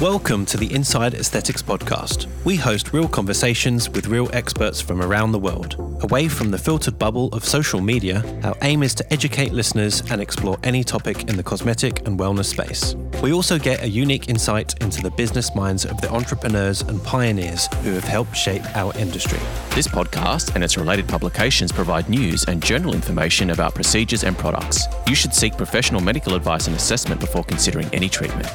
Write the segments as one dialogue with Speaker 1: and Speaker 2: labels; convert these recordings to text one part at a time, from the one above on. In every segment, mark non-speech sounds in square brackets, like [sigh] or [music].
Speaker 1: Welcome to the Inside Aesthetics Podcast. We host real conversations with real experts from around the world. Away from the filtered bubble of social media, our aim is to educate listeners and explore any topic in the cosmetic and wellness space. We also get a unique insight into the business minds of the entrepreneurs and pioneers who have helped shape our industry.
Speaker 2: This podcast and its related publications provide news and general information about procedures and products. You should seek professional medical advice and assessment before considering any treatment.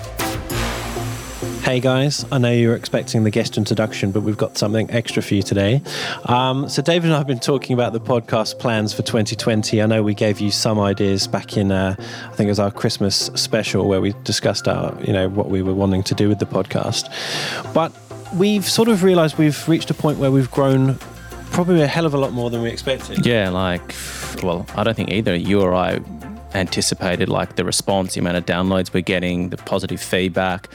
Speaker 1: Hey guys, I know you were expecting the guest introduction, but we've got something extra for you today. Um, so, David and I have been talking about the podcast plans for 2020. I know we gave you some ideas back in, uh, I think it was our Christmas special where we discussed our, you know, what we were wanting to do with the podcast. But we've sort of realised we've reached a point where we've grown probably a hell of a lot more than we expected.
Speaker 2: Yeah, like, well, I don't think either you or I anticipated like the response, the amount of downloads we're getting, the positive feedback.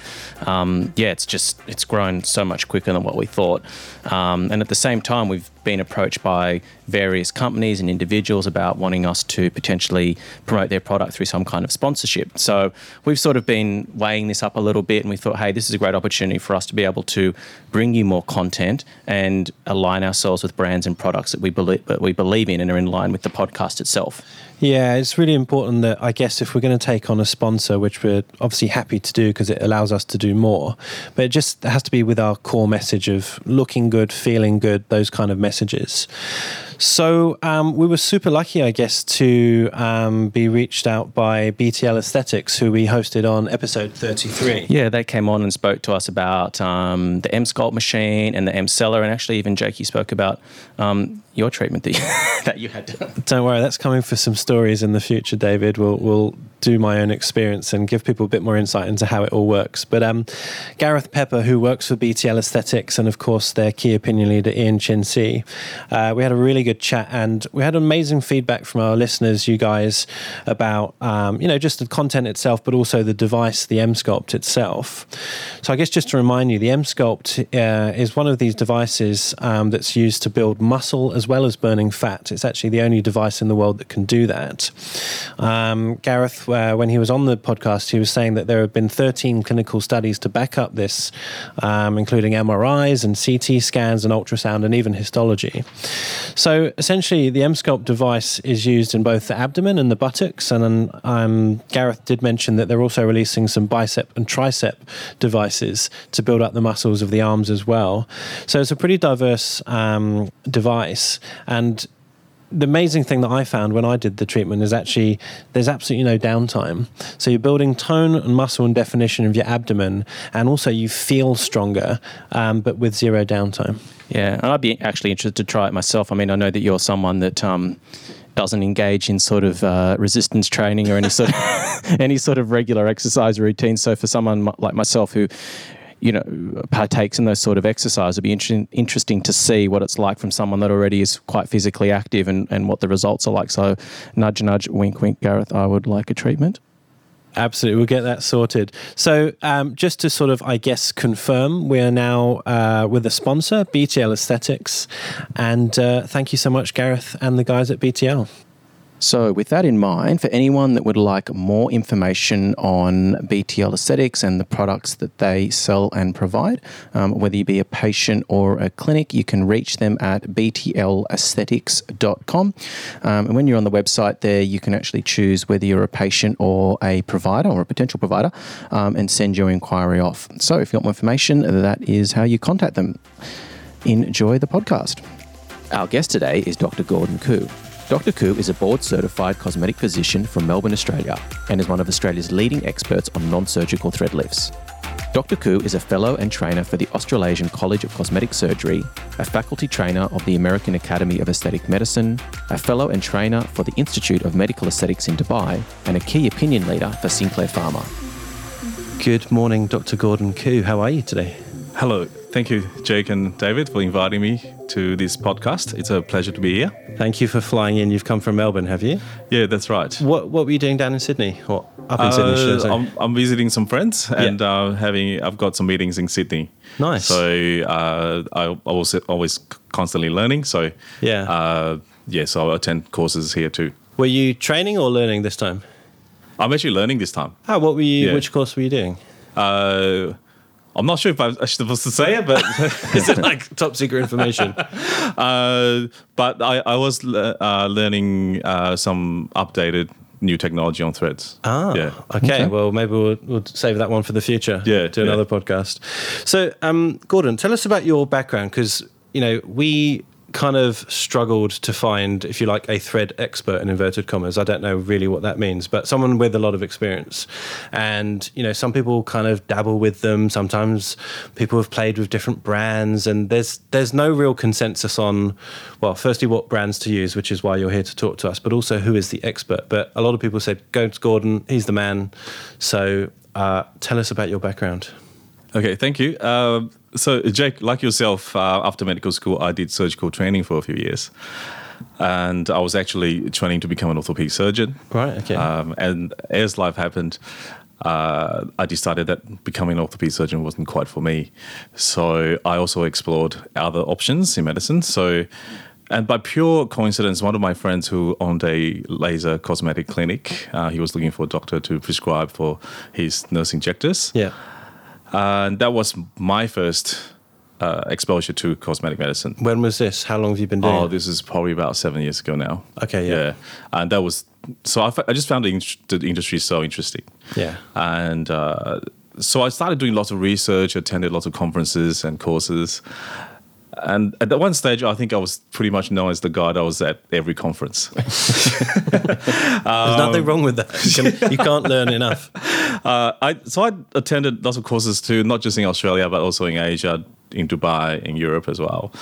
Speaker 2: Um, yeah, it's just it's grown so much quicker than what we thought. Um, and at the same time, we've been approached by various companies and individuals about wanting us to potentially promote their product through some kind of sponsorship. So we've sort of been weighing this up a little bit, and we thought, hey, this is a great opportunity for us to be able to bring you more content and align ourselves with brands and products that we believe that we believe in and are in line with the podcast itself.
Speaker 1: Yeah, it's really important that I guess if we're going to take on a sponsor, which we're obviously happy to do because it allows us to do more, but it just has to be with our core message of looking good, feeling good, those kind of messages. So um, we were super lucky, I guess, to um, be reached out by BTL Aesthetics, who we hosted on episode 33.
Speaker 2: Yeah, they came on and spoke to us about um, the M Sculpt machine and the M Seller, and actually even Jakey spoke about um, your treatment that you, [laughs] that you had done.
Speaker 1: Don't worry, that's coming for some stories in the future, David. We'll, we'll do my own experience and give people a bit more insight into how it all works. But um, Gareth Pepper, who works for BTL Aesthetics and, of course, their key opinion leader, Ian Chinsey, uh, we had a really good chat and we had amazing feedback from our listeners, you guys, about, um, you know, just the content itself, but also the device, the M Sculpt itself. So I guess just to remind you, the M Sculpt uh, is one of these devices um, that's used to build muscle as well as burning fat. It's actually the only device in the world that can do that. Um, Gareth, uh, when he was on the podcast, he was saying that there have been 13 clinical studies to back up this, um, including MRIs and CT scans and ultrasound and even histology. So essentially, the M Sculpt device is used in both the abdomen and the buttocks. And then, um, Gareth did mention that they're also releasing some bicep and tricep devices to build up the muscles of the arms as well. So it's a pretty diverse um, device. And the amazing thing that I found when I did the treatment is actually there's absolutely no downtime. So you're building tone and muscle and definition of your abdomen, and also you feel stronger, um, but with zero downtime.
Speaker 2: Yeah, and I'd be actually interested to try it myself. I mean, I know that you're someone that um, doesn't engage in sort of uh, resistance training or any sort of [laughs] any sort of regular exercise routine. So for someone m- like myself who you know partakes in those sort of exercise, it'd be inter- interesting to see what it's like from someone that already is quite physically active and, and what the results are like. So nudge, nudge, wink, wink, Gareth, I would like a treatment.
Speaker 1: Absolutely, we'll get that sorted. So, um, just to sort of, I guess, confirm, we are now uh, with a sponsor, BTL Aesthetics, and uh, thank you so much, Gareth and the guys at BTL.
Speaker 2: So, with that in mind, for anyone that would like more information on BTL Aesthetics and the products that they sell and provide, um, whether you be a patient or a clinic, you can reach them at btlaesthetics.com. Um, and when you're on the website there, you can actually choose whether you're a patient or a provider or a potential provider um, and send your inquiry off. So, if you want more information, that is how you contact them. Enjoy the podcast. Our guest today is Dr. Gordon Koo. Dr. Koo is a board certified cosmetic physician from Melbourne, Australia, and is one of Australia's leading experts on non surgical thread lifts. Dr. Koo is a fellow and trainer for the Australasian College of Cosmetic Surgery, a faculty trainer of the American Academy of Aesthetic Medicine, a fellow and trainer for the Institute of Medical Aesthetics in Dubai, and a key opinion leader for Sinclair Pharma.
Speaker 1: Good morning, Dr. Gordon Koo. How are you today?
Speaker 3: Hello. Thank you, Jake and David, for inviting me to this podcast. It's a pleasure to be here.
Speaker 1: Thank you for flying in. You've come from Melbourne, have you?
Speaker 3: Yeah, that's right.
Speaker 1: What What were you doing down in Sydney or up in eh? Sydney? should I
Speaker 3: Uh,
Speaker 1: say?
Speaker 3: I'm, I'm visiting some friends and uh, having I've got some meetings in Sydney.
Speaker 1: Nice.
Speaker 3: So uh, I, I was always constantly learning. So
Speaker 1: Yeah.
Speaker 3: uh, yeah. So I attend courses here too.
Speaker 1: were you training or learning this time?
Speaker 3: I'm actually learning this time.
Speaker 1: Ah, what were you?
Speaker 3: Yeah.
Speaker 1: Which course were you doing?
Speaker 3: Uh, I'm not sure if I I was supposed to say it,
Speaker 1: [laughs]
Speaker 3: but [laughs]
Speaker 1: Is it like top secret information?
Speaker 3: uh, but I, I was le- uh, learning uh, some updated new technology on Threads.
Speaker 1: Ah,
Speaker 3: yeah.
Speaker 1: okay. Well, maybe we'll, we'll save that one for the future.
Speaker 3: Yeah,
Speaker 1: do
Speaker 3: yeah.
Speaker 1: another podcast. So, um, Gordon, tell us about your background because you know we kind of struggled to find, if you like, a thread expert in inverted commas. I don't know really what that means, but someone with a lot of experience. And you know, some people kind of dabble with them. Sometimes people have played with different brands, and there's there's no real consensus on, well, firstly what brands to use, which is why you're here to talk to us, but also who is the expert. But a lot of people said go to Gordon, he's the man. So. Uh, tell us about your background.
Speaker 3: Okay, thank you. Um, so, Jake, like yourself, uh, after medical school, I did surgical training for a few years. And I was actually training to become an orthopedic surgeon.
Speaker 1: Right, okay.
Speaker 3: Um, and as life happened, uh, I decided that becoming an orthopedic surgeon wasn't quite for me. So I also explored other options in medicine. So, and by pure coincidence, one of my friends who owned a laser cosmetic clinic, uh, he was looking for a doctor to prescribe for his nurse injectors.
Speaker 1: Yeah.
Speaker 3: And that was my first uh, exposure to cosmetic medicine.
Speaker 1: When was this? How long have you been doing?
Speaker 3: Oh,
Speaker 1: it?
Speaker 3: this is probably about seven years ago now.
Speaker 1: Okay, yeah.
Speaker 3: And that was so I, f- I just found the, int- the industry so interesting.
Speaker 1: Yeah.
Speaker 3: And uh, so I started doing lots of research, attended lots of conferences and courses. And at that one stage, I think I was pretty much known as the guy that was at every
Speaker 1: [laughs]
Speaker 3: conference.
Speaker 1: There's
Speaker 3: um,
Speaker 1: nothing wrong with that. You, can,
Speaker 3: [laughs]
Speaker 1: not learn enough.
Speaker 3: Uh, I so I attended lots of courses too, not just in Australia but also in Asia, in Dubai, in Europe as well.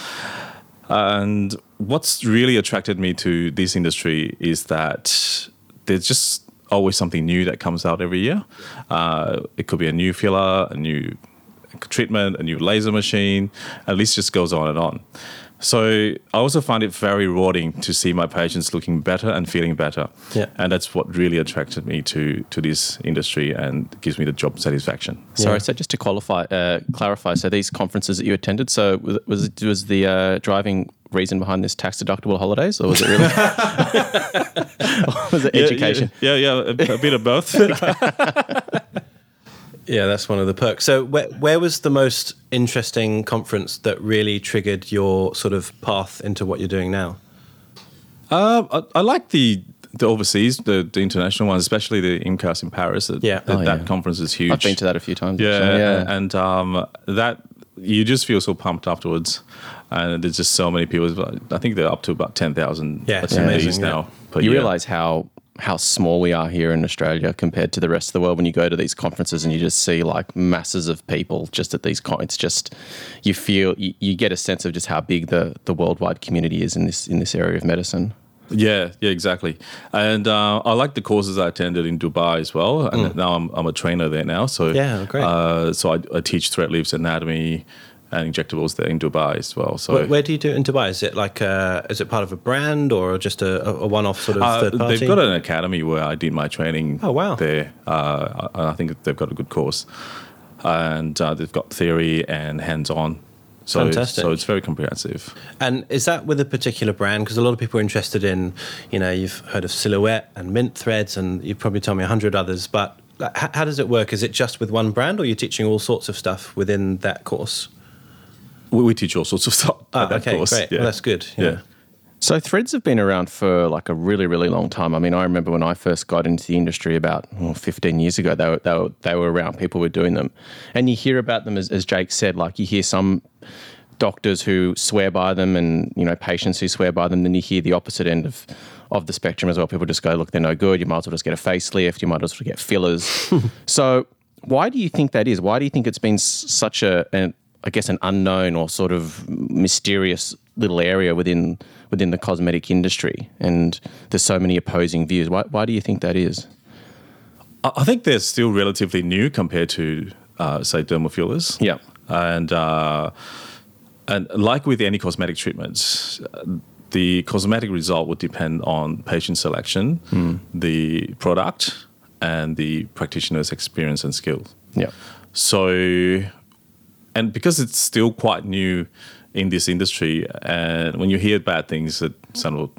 Speaker 3: And what's really attracted me to this industry is that there's just always something new that comes out every year. Uh, it could be a new filler, a new treatment, a new laser machine, and this just goes on and on. So I also find it very rewarding to see my patients looking better and feeling better.
Speaker 1: Yeah.
Speaker 3: And that's what really attracted me to to this industry and gives me the job satisfaction.
Speaker 2: Sorry, so just to qualify, uh, clarify, so these conferences that you attended, so was was, was the uh, driving reason behind this tax deductible holidays, or was
Speaker 3: [laughs]
Speaker 2: it really, [laughs] or was it education?
Speaker 3: Yeah, yeah, yeah, a, a bit of both. [laughs]
Speaker 1: Yeah, that's one of the perks. So, where, where was the most interesting conference that really triggered your sort of path into what you're doing now?
Speaker 3: Um, I, I like the the overseas, the, the international ones, especially the IMCAS in Paris. That,
Speaker 1: Yeah.
Speaker 3: that,
Speaker 2: Oh,
Speaker 3: that
Speaker 2: yeah.
Speaker 3: conference is huge.
Speaker 2: I've been to that a few times.
Speaker 3: Yeah,
Speaker 2: actually,
Speaker 3: and um, that you just feel so pumped afterwards, and there's just so many people. I think they're up to about ten thousand
Speaker 1: Yeah, it's
Speaker 3: attendees
Speaker 1: amazing, yeah.
Speaker 3: now. per
Speaker 2: you
Speaker 3: year.
Speaker 2: realize how how small we are here in Australia compared to the rest of the world when you go to these conferences and you just see like masses of people just at these con- it's just you feel you, you get a sense of just how big the the worldwide community is in this in this area of medicine.
Speaker 3: Yeah, yeah, exactly. And uh, I like the courses I attended in Dubai as well. And now I'm, I'm a trainer there now. So
Speaker 1: Yeah, great.
Speaker 3: Uh, so I, I teach threat leaves anatomy and injectables there in Dubai as well. So
Speaker 1: Where, where do you do it in Dubai? Is it like a, is it part of a brand or just a, a one-off sort of
Speaker 3: Uh,
Speaker 1: third party?
Speaker 3: they've got an academy where I did my training.
Speaker 1: Oh, wow.
Speaker 3: There, uh, I I think they've got a good course, and uh, they've got theory and hands-on. So,
Speaker 1: Fantastic.
Speaker 3: so it's very comprehensive.
Speaker 1: And is that with a particular brand? Because a lot of people are interested in, you know, you've heard of Silhouette and Mint Threads, and you've probably told me a hundred others. But like, h- how does it work? Is it just with one brand, or you're teaching all sorts of stuff within that course?
Speaker 3: We, we teach all sorts of stuff
Speaker 1: Ah,
Speaker 3: at that
Speaker 1: okay,
Speaker 3: course.
Speaker 1: great. Well, that's good.
Speaker 3: Yeah.
Speaker 1: Yeah.
Speaker 2: So threads have been around for like a really, really long time. I mean, I remember when I first got into the industry about well, 15 years ago, they were, they, were, they were around, people were doing them. And you hear about them, as, as Jake said, like you hear some doctors who swear by them and, you know, patients who swear by them. Then you hear the opposite end of, of the spectrum as well. People just go, look, they're no good. You might as well just get a facelift. You might as well get [laughs] fillers. so why do you think that is? Why do you think it's been s- such a, an, I guess, an unknown or sort of mysterious little area within within the cosmetic industry? And there's so many opposing views. Why, why do you think that is?
Speaker 3: I I think they're still relatively new compared to, uh, say, dermal fillers.
Speaker 2: Yeah.
Speaker 3: and uh, and like with any cosmetic treatments, uh, the cosmetic result would depend on patient selection,
Speaker 2: Hmm.
Speaker 3: the product, and the practitioner's experience and skills.
Speaker 2: Yeah.
Speaker 3: So, and because it's still quite new in this industry, and when you hear bad things, it sort of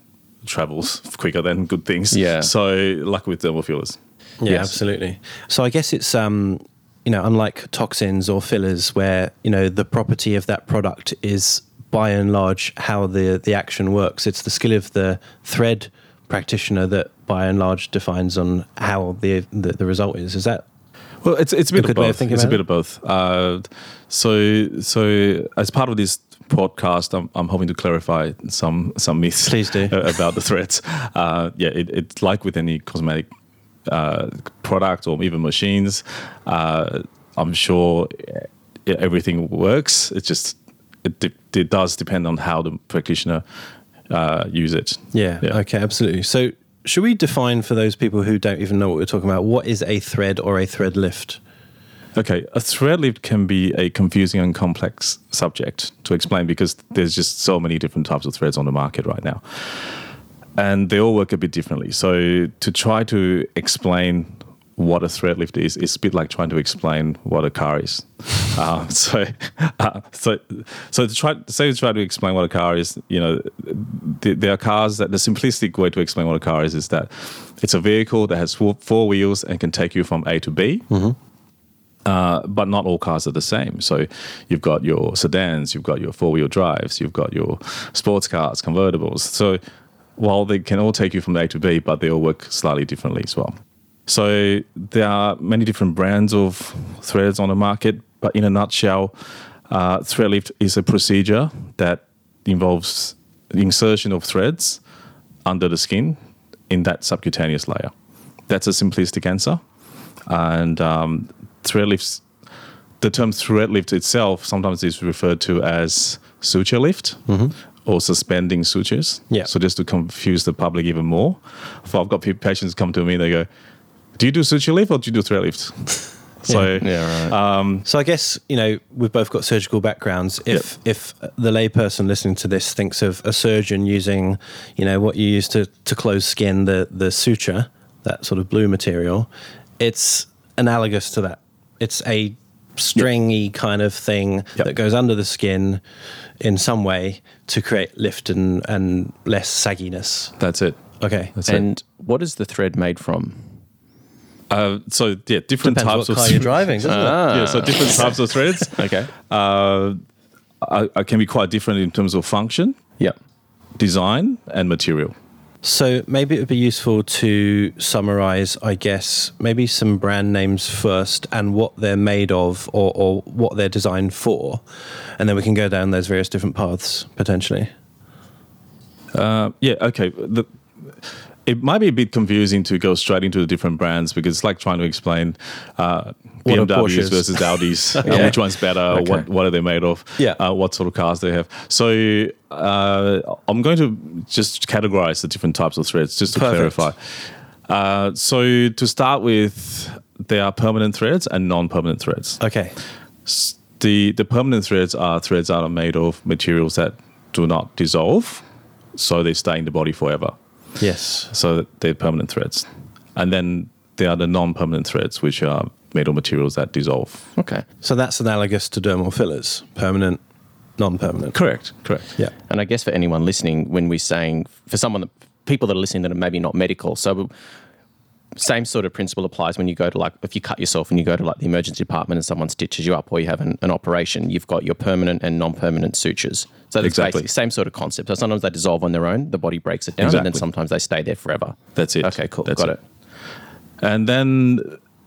Speaker 3: travels [laughs] quicker than good things.
Speaker 2: Yeah.
Speaker 3: So, like with dermal fillers.
Speaker 1: Yeah,
Speaker 2: Yes.
Speaker 1: absolutely. So I guess it's um, you know, unlike toxins or fillers, where you know the property of that product is by and large how the the action works. It's the skill of the thread practitioner that by and large defines on how the the, the result is. Is that
Speaker 3: Well, it's it's a bit
Speaker 1: A
Speaker 3: of
Speaker 1: good way of
Speaker 3: both.
Speaker 1: thinking
Speaker 3: It's a
Speaker 1: about
Speaker 3: bit of both. Uh, so so as part of this podcast, I'm, I'm hoping to clarify some some myths.
Speaker 1: Please do.
Speaker 3: a- [laughs] about the threads. Uh, yeah, it, it's like with any cosmetic uh, product or even machines. Uh, I'm sure e- everything works. It just it, de- it does depend on how the practitioner uh, use it.
Speaker 1: yeah,
Speaker 3: Yeah.
Speaker 1: Okay, absolutely. So should we define for those people who don't even know what we're talking about what is a thread or a thread lift?
Speaker 3: Okay, a thread lift can be a confusing and complex subject to explain because there's just so many different types of threads on the market right now. And they all work a bit differently. So to try to explain what a thread lift is, is a bit like trying to explain what a car is. [laughs] um, so, [laughs] uh, so, so to try, say to try to explain what a car is, you know, th- there are cars that the simplistic way to explain what a car is is that it's a vehicle that has four, four wheels and can take you from A to B uh, but not all cars are the same. So you've got your sedans, you've got your four wheel drives, you've got your sports cars, convertibles. So while they can all take you from A to B, but they all work slightly differently as well. So there are many different brands of threads on the market, but in a nutshell, uh, thread lift is a procedure that involves the insertion of threads under the skin in that subcutaneous layer. That's a simplistic answer and um, thread lifts. The term thread lift itself sometimes is referred to as suture lift or suspending sutures.
Speaker 1: Mm-hmm. Yeah.
Speaker 3: So just to confuse the public even more, so I've got pe- patients come to me and they go, "Do you do suture lift or do you do thread
Speaker 1: [laughs]
Speaker 3: lift?" so
Speaker 2: Yeah, right.
Speaker 1: So I guess you know we've both got surgical backgrounds. If if the layperson listening to this thinks of a surgeon using, you know, what you use to to close skin, the the suture, that sort of blue material, it's analogous to that. It's a stringy kind of thing
Speaker 3: Yep.
Speaker 1: that goes under the skin in some way to create lift and and less sagginess.
Speaker 3: that's it.
Speaker 1: Okay.
Speaker 3: That's it.
Speaker 2: and what is the thread made from?
Speaker 3: Uh, so yeah, different
Speaker 1: Depends what
Speaker 3: types of Ah.
Speaker 1: car
Speaker 3: [laughs]
Speaker 1: you're driving, doesn't it?
Speaker 3: yeah, so different
Speaker 1: [laughs]
Speaker 3: types of threads
Speaker 2: Okay.
Speaker 3: uh, are, are, can be quite different in terms of function,
Speaker 2: Yep.
Speaker 3: design, and material.
Speaker 1: So maybe it would be useful to summarize, I guess, maybe some brand names first and what they're made of or, or what they're designed for. And then we can go down those various different paths potentially.
Speaker 3: Uh, yeah, okay. The, it might be a bit confusing to go straight into the different brands because it's like trying to explain uh,
Speaker 1: What are
Speaker 3: BMWs
Speaker 1: Porsches? [laughs]
Speaker 3: versus Audis, uh,
Speaker 2: Yeah.
Speaker 3: which one's better,
Speaker 2: Okay.
Speaker 3: what, what are they made of,
Speaker 1: Yeah.
Speaker 3: uh, what sort of cars they have. So uh, I'm going to just categorize the different types of threads just to
Speaker 1: Perfect.
Speaker 3: clarify. Uh, so to start with, there are permanent threads and non-permanent threads
Speaker 1: Okay.
Speaker 3: s- the the permanent threads are threads that are made of materials that do not dissolve, so they stay in the body forever.
Speaker 1: Yes.
Speaker 3: So that they're permanent threads, and then there are the non-permanent threads, which are made of materials that dissolve.
Speaker 2: Okay.
Speaker 1: So that's analogous to dermal fillers, permanent, non permanent.
Speaker 3: Correct. Correct.
Speaker 1: Yeah.
Speaker 2: And I guess for anyone listening, when we're saying for someone that people that are listening that are maybe not medical, so same sort of principle applies when you go to like if you cut yourself and you go to like the emergency department and someone stitches you up or you have an, an operation, you've got your permanent and non-permanent sutures. So that's
Speaker 3: Exactly.
Speaker 2: basically same sort of concept. So sometimes they dissolve on their own, the body breaks it down, and
Speaker 3: Exactly.
Speaker 2: then sometimes they stay there forever.
Speaker 3: That's it.
Speaker 2: Okay, cool.
Speaker 3: That's
Speaker 2: got it.
Speaker 3: And then,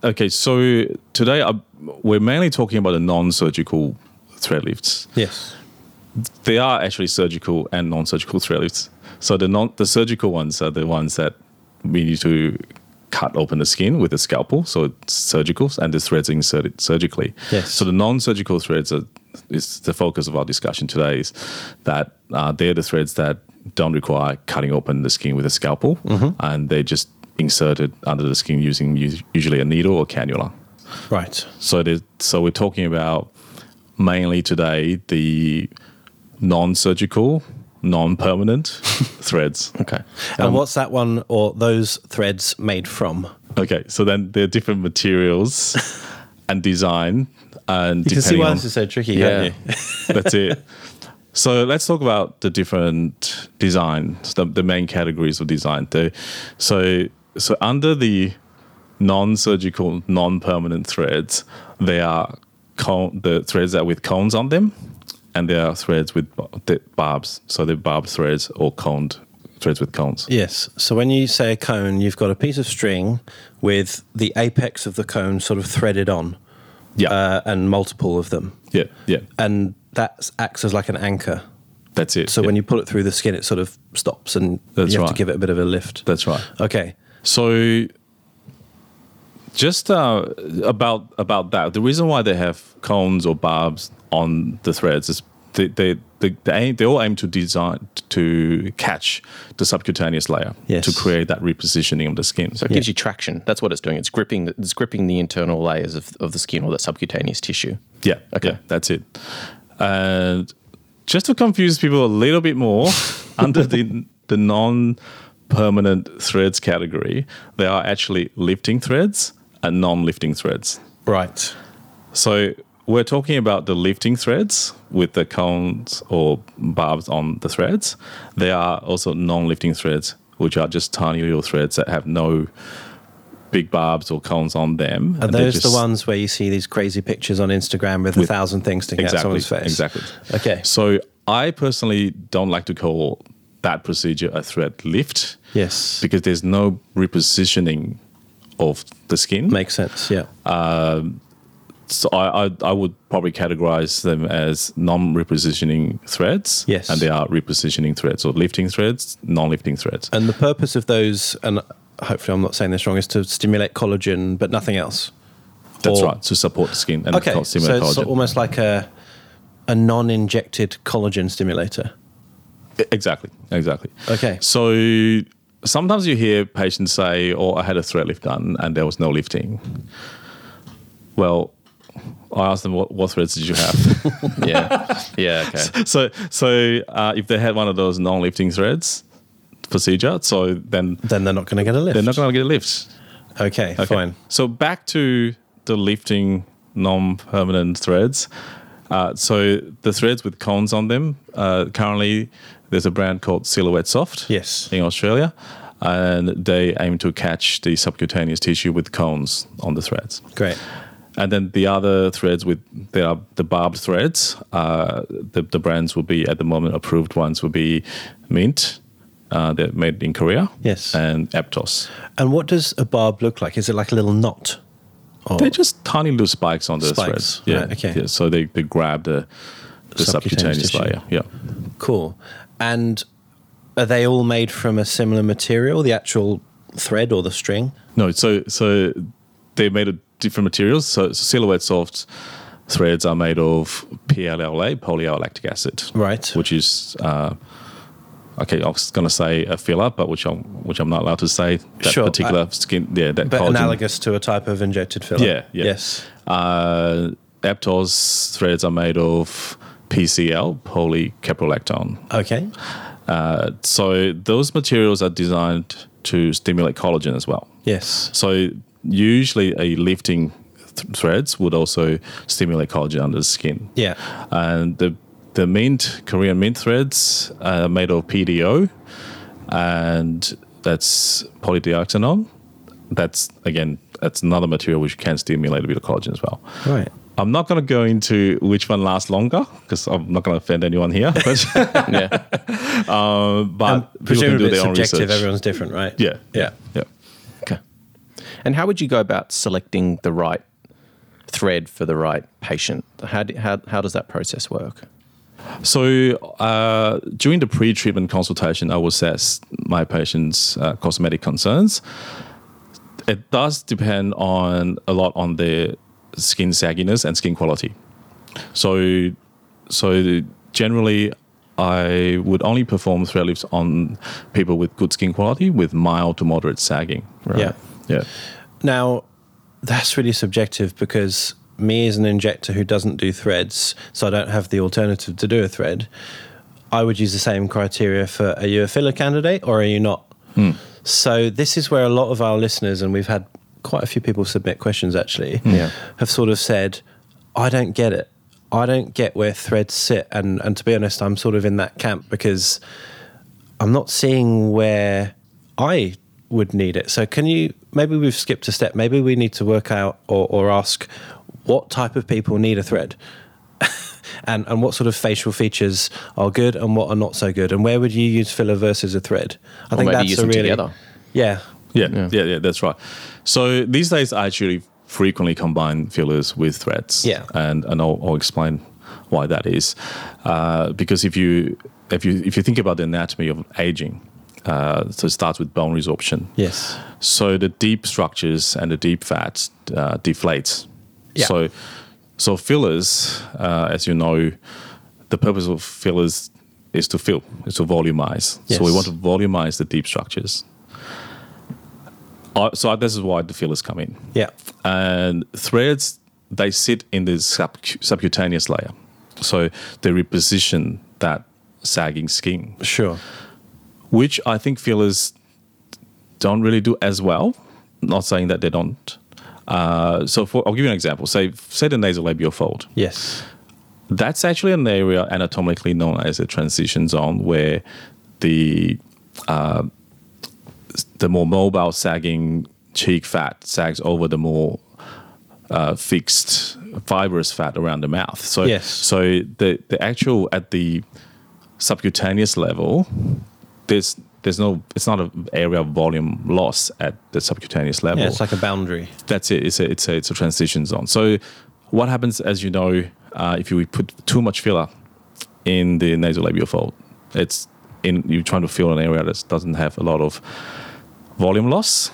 Speaker 3: okay, so today I, we're mainly talking about the non-surgical thread lifts.
Speaker 1: Yes.
Speaker 3: they are actually surgical and non-surgical [laughs] thread lifts. So the non the surgical ones are the ones that we need to cut open the skin with a scalpel. So it's surgicals and the threads are inserted surgically.
Speaker 1: Yes.
Speaker 3: So the non-surgical threads are is the focus of our discussion today is that uh, they're the threads that don't require cutting open the skin with a scalpel and they're just inserted under the skin using us- usually a needle or cannula.
Speaker 1: Right.
Speaker 3: So there's, so we're talking about mainly today the non-surgical,
Speaker 1: [laughs]
Speaker 3: non-permanent threads.
Speaker 2: Okay.
Speaker 3: Um,
Speaker 1: and what's that one or those threads made from?
Speaker 3: Okay, so then there are different materials
Speaker 1: [laughs]
Speaker 3: and design, and
Speaker 1: You can see
Speaker 3: depending
Speaker 1: why
Speaker 3: on-
Speaker 1: this is so tricky,
Speaker 2: Yeah.
Speaker 1: can't you?
Speaker 3: that's it. So let's talk about the different designs, the, the main categories of design. The, so so under the non-surgical, non-permanent threads. They are cone, the threads are with cones on them, and they are threads with ba- the barbs. So they're barbed threads or coned threads with cones.
Speaker 1: Yes. So when you say a cone, you've got a piece of string with the apex of the cone sort of threaded on.
Speaker 3: Yeah.
Speaker 1: Uh, and multiple of them.
Speaker 3: Yeah, yeah.
Speaker 1: And that acts as like an anchor.
Speaker 3: That's it.
Speaker 1: So
Speaker 3: yeah.
Speaker 1: when you pull it through the skin, it sort of stops and
Speaker 3: That's
Speaker 1: you have to
Speaker 3: right.
Speaker 1: give it a bit of a lift.
Speaker 3: that's right.
Speaker 1: okay.
Speaker 3: So just uh, about about that, the reason why they have cones or barbs on the threads is they they they, they, aim, they all aim to design to catch the subcutaneous layer
Speaker 1: Yes.
Speaker 3: to create that repositioning of the skin.
Speaker 2: So it gives you traction. That's what it's doing. It's gripping. the- It's gripping the internal layers of, of the skin or that subcutaneous
Speaker 3: [laughs]
Speaker 2: tissue.
Speaker 3: Yeah.
Speaker 2: Okay.
Speaker 3: yeah, that's it. And just to confuse people a little bit more, under the the non permanent threads category, there are actually lifting threads and non lifting threads.
Speaker 1: Right.
Speaker 3: So we're talking about the lifting threads with the cones or barbs on the threads. There are also non-lifting threads, which are just tiny little threads that have no big barbs or cones on them.
Speaker 1: Are
Speaker 3: and they're
Speaker 1: those
Speaker 3: just-
Speaker 1: the ones where you see these crazy pictures on Instagram with, a thousand things sticking out
Speaker 3: Exactly.
Speaker 1: someone's face?
Speaker 3: Exactly.
Speaker 1: Okay.
Speaker 3: So I personally don't like to call that procedure a thread lift
Speaker 1: Yes.
Speaker 3: because there's no repositioning of the skin.
Speaker 1: Makes sense. Yeah.
Speaker 3: Ah. so I, I I would probably categorize them as non-repositioning threads.
Speaker 1: Yes.
Speaker 3: and they are repositioning threads or lifting threads, non-lifting threads.
Speaker 1: and the purpose of those, and hopefully I'm not saying this wrong, is to stimulate collagen, but nothing else.
Speaker 3: That's
Speaker 1: or-
Speaker 3: right to support the skin and
Speaker 1: Okay,
Speaker 3: co-
Speaker 1: so
Speaker 3: stimulate
Speaker 1: it's
Speaker 3: collagen.
Speaker 1: almost like a a non-injected collagen stimulator.
Speaker 3: E, Exactly, exactly.
Speaker 1: Okay.
Speaker 3: So sometimes you hear patients say, "Oh, I had a thread lift done and there was no lifting." Well, I asked them, "What, what threads did you have?" [laughs]
Speaker 2: Yeah. yeah. Okay.
Speaker 3: so so uh, if they had one of those non-lifting threads procedure, so then
Speaker 1: Then they're not going to get a lift.
Speaker 3: they're not going to get a lift.
Speaker 1: okay,
Speaker 3: Okay.
Speaker 1: fine.
Speaker 3: So back to the lifting non-permanent threads. Uh, so the threads with cones on them. Uh, currently, there's a brand called Silhouette Soft.
Speaker 1: Yes.
Speaker 3: In Australia, and they aim to catch the subcutaneous tissue with cones on the threads.
Speaker 1: Great.
Speaker 3: And then the other threads with there are the barbed threads. Uh, the, the brands will be at the moment approved ones will be Mint. Uh, they're made in Korea.
Speaker 1: Yes.
Speaker 3: And Aptos.
Speaker 1: And what does a barb look like? Is it like a little knot? Or
Speaker 3: They're just tiny little spikes on the
Speaker 1: Spikes,
Speaker 3: threads. Yeah.
Speaker 1: right, okay.
Speaker 3: Yeah. So they, they grab the, the
Speaker 1: Subcutaneous
Speaker 3: subcutaneous,
Speaker 1: tissue.
Speaker 3: layer. Yeah.
Speaker 1: cool. And are they all made from a similar material, the actual thread or the string?
Speaker 3: No. So so they made of different materials. So, so silhouette soft threads are made of PLLA, polylactic acid.
Speaker 1: Right.
Speaker 3: Which is uh, okay. I was going to say a filler, but which I'm which I'm not allowed to say. That
Speaker 1: Sure, uh,
Speaker 3: particular skin. Yeah. That
Speaker 1: But
Speaker 3: collagen.
Speaker 1: analogous to a type of injected filler.
Speaker 3: Yeah, yeah.
Speaker 1: Yes.
Speaker 3: Uh, Aptos threads are made of PCL, polycaprolactone.
Speaker 1: Okay.
Speaker 3: Uh, so those materials are designed to stimulate collagen as well.
Speaker 1: Yes.
Speaker 3: So usually a lifting th- threads would also stimulate collagen under the skin.
Speaker 1: Yeah.
Speaker 3: And the the mint Korean mint threads are made of PDO, and that's polydioxanone. That's again that's another material which can stimulate a bit of collagen as well.
Speaker 1: Right.
Speaker 3: I'm not going to go into which one lasts longer because I'm not going to offend anyone here.
Speaker 1: [laughs]
Speaker 3: But
Speaker 2: Yeah.
Speaker 3: [laughs] uh, but people can
Speaker 1: Presumably
Speaker 3: do
Speaker 1: it's
Speaker 3: their own
Speaker 1: subjective.
Speaker 3: research.
Speaker 1: Everyone's different, right?
Speaker 3: yeah,
Speaker 1: Yeah.
Speaker 3: yeah.
Speaker 2: Okay. And how would you go about selecting the right thread for the right patient? How do, how, how does that process work?
Speaker 3: So uh, during the pre-treatment consultation, I will assess my patient's uh, cosmetic concerns. It does depend on a lot on their skin sagginess and skin quality. So, so generally, I would only perform thread lifts on people with good skin quality with mild to moderate sagging.
Speaker 1: Yeah.
Speaker 3: Yeah.
Speaker 1: Now, that's really subjective because me as an injector who doesn't do threads, so I don't have the alternative to do a thread, I would use the same criteria for are you a filler candidate or are you not? So this is where a lot of our listeners, and we've had quite a few people submit questions actually,
Speaker 2: Yeah.
Speaker 1: have sort of said, I don't get it. I don't get where threads sit. And and to be honest, I'm sort of in that camp because I'm not seeing where I would need it. So can you maybe we've skipped a step. Maybe we need to work out or, or ask what type of people need a thread. [laughs] And, and what sort of facial features are good and what are not so good, and where would you use filler versus a thread? I
Speaker 2: Or maybe use them together.
Speaker 1: yeah,
Speaker 3: Yeah, yeah, yeah, that's right. So these days, I actually frequently combine fillers with threads.
Speaker 1: Yeah.
Speaker 3: and and I'll, I'll explain why that is, uh, because if you if you if you think about the anatomy of aging, uh, so it starts with bone resorption.
Speaker 1: yes,
Speaker 3: So the deep structures and the deep fats uh, deflates.
Speaker 1: Yeah.
Speaker 3: So so fillers, uh, as you know, the purpose of fillers is to fill, is to volumize. So we
Speaker 1: Yes.
Speaker 3: want to volumize the deep structures. Uh, so this is why the fillers come in.
Speaker 1: yeah,
Speaker 3: And threads, they sit in the sub- subcutaneous layer. So they reposition that sagging skin
Speaker 1: sure,
Speaker 3: which I think fillers don't really do as well. Not saying that they don't. Uh, so for, I'll give you an example. Say, say the nasolabial fold.
Speaker 1: yes,
Speaker 3: That's actually an area anatomically known as a transition zone where the uh, the more mobile sagging cheek fat sags over the more uh, fixed fibrous fat around the mouth. So
Speaker 1: Yes.
Speaker 3: so the the actual at the subcutaneous level, there's there's no it's not an area of volume loss at the subcutaneous level
Speaker 1: yeah, it's like a boundary,
Speaker 3: that's it. It's a, it's a, it's a transition zone. So what happens, as you know, uh, if you put too much filler in the nasolabial fold, it's in you're trying to fill an area that doesn't have a lot of volume loss.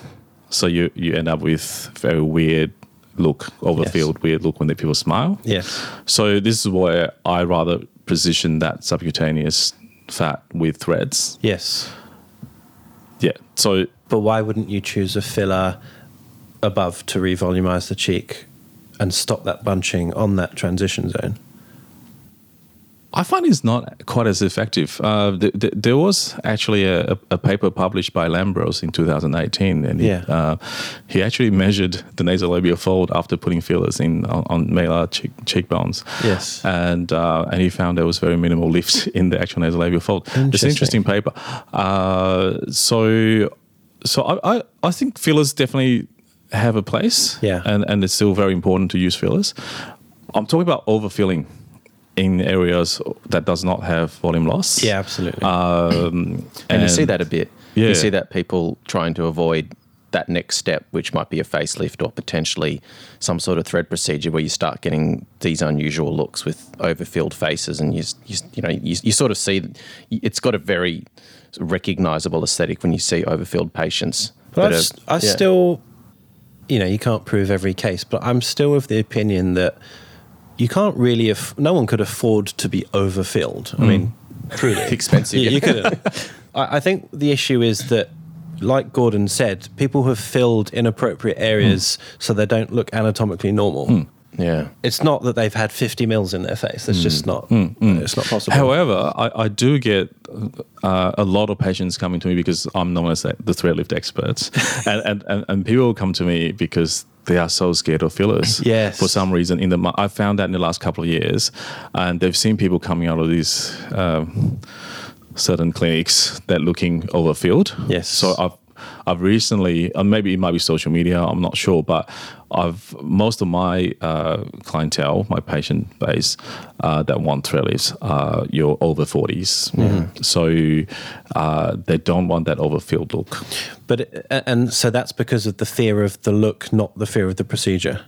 Speaker 3: So you you end up with very weird look, overfilled, weird look when the people smile.
Speaker 1: yes,
Speaker 3: So this is where I rather position that subcutaneous fat with threads.
Speaker 1: yes.
Speaker 3: Yeah. So
Speaker 1: But why wouldn't you choose a filler above to revolumize the cheek and stop that bunching on that transition zone?
Speaker 3: I find it's not quite as effective. Uh, th- th- there was actually a, a- a paper published by Lambros in 2018, and he,
Speaker 1: Yeah.
Speaker 3: uh, he actually measured the nasolabial fold after putting fillers in on, on malar cheek, cheekbones.
Speaker 1: Yes.
Speaker 3: and uh, and he found there was very minimal lift [laughs] in the actual nasolabial fold. It's an
Speaker 1: Interesting.
Speaker 3: interesting paper. Uh, so, so I, I I think fillers definitely have a place.
Speaker 1: Yeah.
Speaker 3: and and it's still very important to use fillers. I'm talking about overfilling in areas that does not have volume loss.
Speaker 1: Yeah, absolutely.
Speaker 3: Um,
Speaker 2: and you see that a bit.
Speaker 3: Yeah.
Speaker 2: You see that people trying to avoid that next step, which might be a facelift or potentially some sort of thread procedure where you start getting these unusual looks with overfilled faces, and you s- you, s- you know you, you sort of see it's got a very recognizable aesthetic when you see overfilled patients.
Speaker 1: But
Speaker 2: that
Speaker 1: I,
Speaker 2: are-
Speaker 1: st- I
Speaker 2: yeah.
Speaker 1: still, you know, you can't prove every case, but I'm still of the opinion that you can't really, aff- no one could afford to be overfilled. I [laughs] mean, truly. [laughs]
Speaker 2: expensive.
Speaker 1: You, you couldn't. I, I think the issue is that, like Gordon said, people have filled inappropriate areas so they don't look anatomically normal.
Speaker 2: yeah.
Speaker 1: It's not that they've had 50 mils in their face. That's just
Speaker 3: Mm.
Speaker 1: not, it's not possible.
Speaker 3: However, I, I do get uh, a lot of patients coming to me because I'm known as the thread
Speaker 2: [laughs]
Speaker 3: lift expert, and, and, and and people come to me because they are so scared of fillers.
Speaker 1: Yes.
Speaker 3: for some reason, in the mar- I found that in the last couple of years, and they've seen people coming out of these um, certain clinics that looking overfilled.
Speaker 1: Yes.
Speaker 3: so I've I've recently, and maybe it might be social media, I'm not sure, but I've most of my uh, clientele, my patient base uh, that want thread lifts are your over 40s. So uh, they don't want that overfilled look.
Speaker 1: But, a- and so that's because of the fear of the look, not the fear of the procedure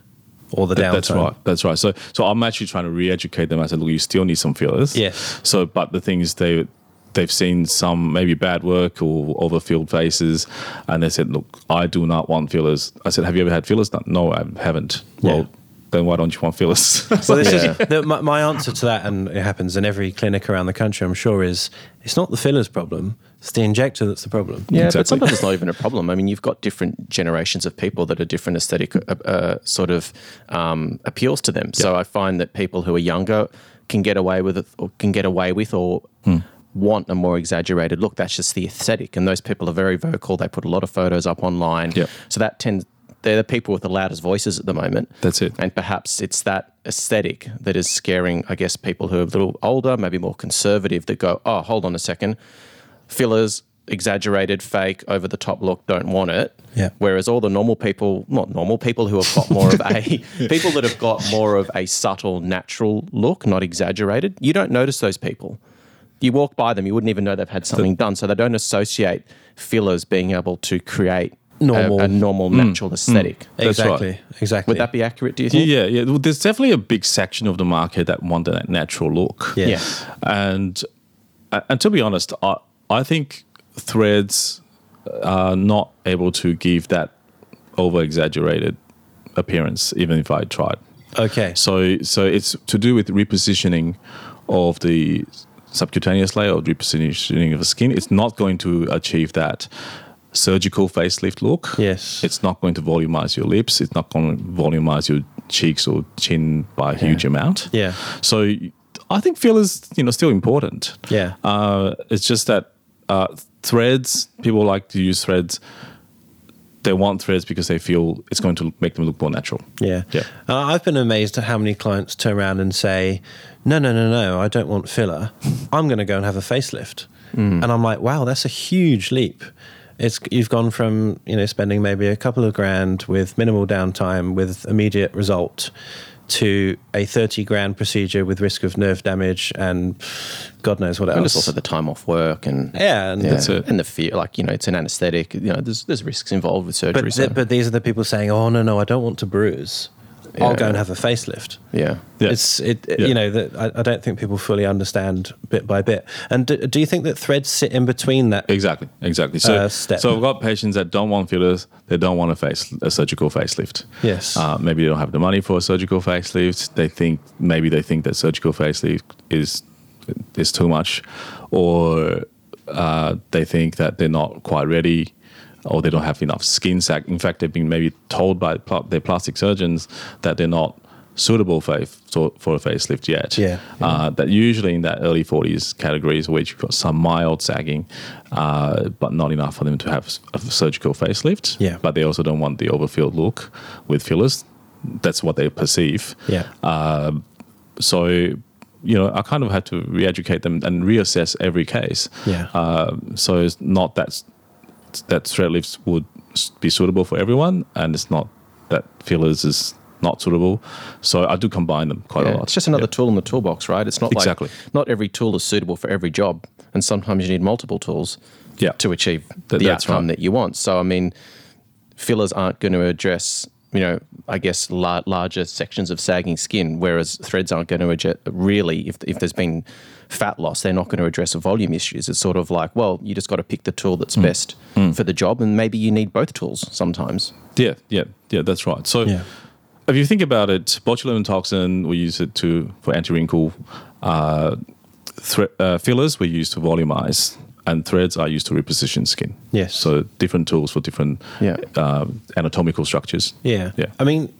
Speaker 1: or the downtime.
Speaker 3: That's right. That's right. So, so I'm actually trying to re-educate them. I said, look, you still need some fillers.
Speaker 1: Yes.
Speaker 3: So, but the thing is, they they've seen some maybe bad work or overfilled faces, and they said, look, I do not want fillers. I said, have you ever had fillers done? No, I haven't.
Speaker 1: Yeah.
Speaker 3: Well, then why don't you want fillers? [laughs]
Speaker 1: Well, this
Speaker 2: Yeah.
Speaker 1: is the, my, my answer to that, and it happens in every clinic around the country, I'm sure, is it's not the fillers problem, it's the injector that's the problem.
Speaker 2: Yeah,
Speaker 3: Exactly.
Speaker 2: but sometimes it's not even a problem. I mean, you've got different generations of people that are different aesthetic uh, uh, sort of um, appeals to them. So I find that people who are younger can get away with it, or can get away with, or
Speaker 3: Hmm.
Speaker 2: want a more exaggerated look. That's just the aesthetic, and those people are very vocal. They put a lot of photos up online.
Speaker 3: Yep.
Speaker 2: So that tends. They're the people with the loudest voices at the moment.
Speaker 3: That's it.
Speaker 2: And perhaps it's that aesthetic that is scaring, I guess, people who are a little older, maybe more conservative, that go, oh, hold on a second fillers exaggerated, fake, over the top look, don't want it.
Speaker 1: Yeah.
Speaker 2: Whereas all the normal people, not normal people who have got more of
Speaker 1: [laughs]
Speaker 2: a people that have got more of a subtle, natural look, not exaggerated, you don't notice those people. You walk by them, you wouldn't even know they've had something done. So they don't associate fillers being able to create a-
Speaker 1: Normal. Mm.
Speaker 2: a, normal, natural aesthetic.
Speaker 3: That's right.
Speaker 1: exactly, exactly.
Speaker 2: Would that be accurate? Do you think?
Speaker 3: Yeah, yeah. Well, there's definitely a big section of the market that want that natural look.
Speaker 1: Yeah.
Speaker 2: Yeah.
Speaker 3: and uh, and to be honest, I I think threads are not able to give that over exaggerated appearance, even if I tried.
Speaker 1: okay?
Speaker 3: So so it's to do with repositioning of the subcutaneous layer or repositioning of the skin. It's not going to achieve that surgical facelift look.
Speaker 1: Yes.
Speaker 3: It's not going to volumize your lips. It's not going to volumize your cheeks or chin by a huge amount.
Speaker 1: Yeah.
Speaker 3: So I think fillers, you know, still important.
Speaker 1: Yeah.
Speaker 3: Uh, it's just that uh, threads, people like to use threads. They want threads because they feel it's going to make them look more natural.
Speaker 1: Yeah.
Speaker 3: Yeah.
Speaker 1: Uh, I've been amazed at how many clients turn around and say, no, no, no, no, I don't want filler. I'm going to go and have a facelift.
Speaker 2: Hmm.
Speaker 1: And I'm like, wow, that's a huge leap. It's, you've gone from you know spending maybe a couple of grand with minimal downtime with immediate result to a 30 grand procedure with risk of nerve damage and god knows what
Speaker 2: And
Speaker 1: else
Speaker 2: it's also the time off work and
Speaker 1: yeah, and
Speaker 2: Yeah.
Speaker 3: That's it.
Speaker 2: and the fear, like you know, it's an anesthetic. You know, there's there's risks involved with surgery.
Speaker 1: but,
Speaker 2: so,
Speaker 1: th- but these are the people saying oh no no i don't want to bruise i'll
Speaker 2: Yeah.
Speaker 1: go and have a facelift
Speaker 2: yeah,
Speaker 3: Yeah.
Speaker 1: It's it, it-
Speaker 3: Yeah.
Speaker 1: you know that I, I don't think people fully understand bit by bit. And do, do you think that threads sit in between that?
Speaker 3: Exactly, exactly. So,
Speaker 1: Uh, step.
Speaker 3: so I've got patients that don't want fillers. They don't want a face a surgical facelift.
Speaker 1: Yes.
Speaker 3: Uh, maybe they don't have the money for a surgical facelift. They think maybe they think that surgical facelift is is too much, or uh, they think that they're not quite ready, or they don't have enough skin sac. In fact, they've been maybe told by pl- their plastic surgeons that they're not suitable for a, f- so- for a facelift yet.
Speaker 1: Yeah.
Speaker 3: Uh, that usually in that early 40s categories where you've got some mild sagging, uh, but not enough for them to have s- a surgical facelift.
Speaker 1: Yeah.
Speaker 3: But they also don't want the overfilled look with fillers. That's what they perceive.
Speaker 1: Yeah.
Speaker 3: Uh, So, you know, I kind of had to re-educate them and reassess every case.
Speaker 1: Yeah.
Speaker 3: Um, so it's not that s- that thread lifts would s- be suitable for everyone, and it's not that fillers is not suitable. So I do combine them quite a
Speaker 2: Yeah,
Speaker 3: lot.
Speaker 2: It's just another tool in the toolbox, right? It's not
Speaker 3: Exactly.
Speaker 2: like not every tool is suitable for every job, and sometimes you need multiple tools
Speaker 3: Yeah.
Speaker 2: to achieve
Speaker 3: Th-
Speaker 2: the
Speaker 3: that's
Speaker 2: outcome
Speaker 3: right.
Speaker 2: that you want. So, I mean, fillers aren't going to address, you know, I guess lar- larger sections of sagging skin, whereas threads aren't going to address really if if there's been fat loss, they're not going to address volume issues. It's sort of like, well, you just got to pick the tool that's
Speaker 3: Mm.
Speaker 2: best for the job, and maybe you need both tools sometimes.
Speaker 3: Yeah, yeah, yeah. That's right. So,
Speaker 1: Yeah.
Speaker 3: if you think about it, botulinum toxin we use it to for anti wrinkle. Uh, thre- uh, fillers we use to volumize, and threads are used to reposition skin.
Speaker 1: Yes.
Speaker 3: So different tools for different
Speaker 2: Yeah.
Speaker 3: uh, anatomical structures.
Speaker 1: yeah,
Speaker 3: Yeah.
Speaker 1: I mean,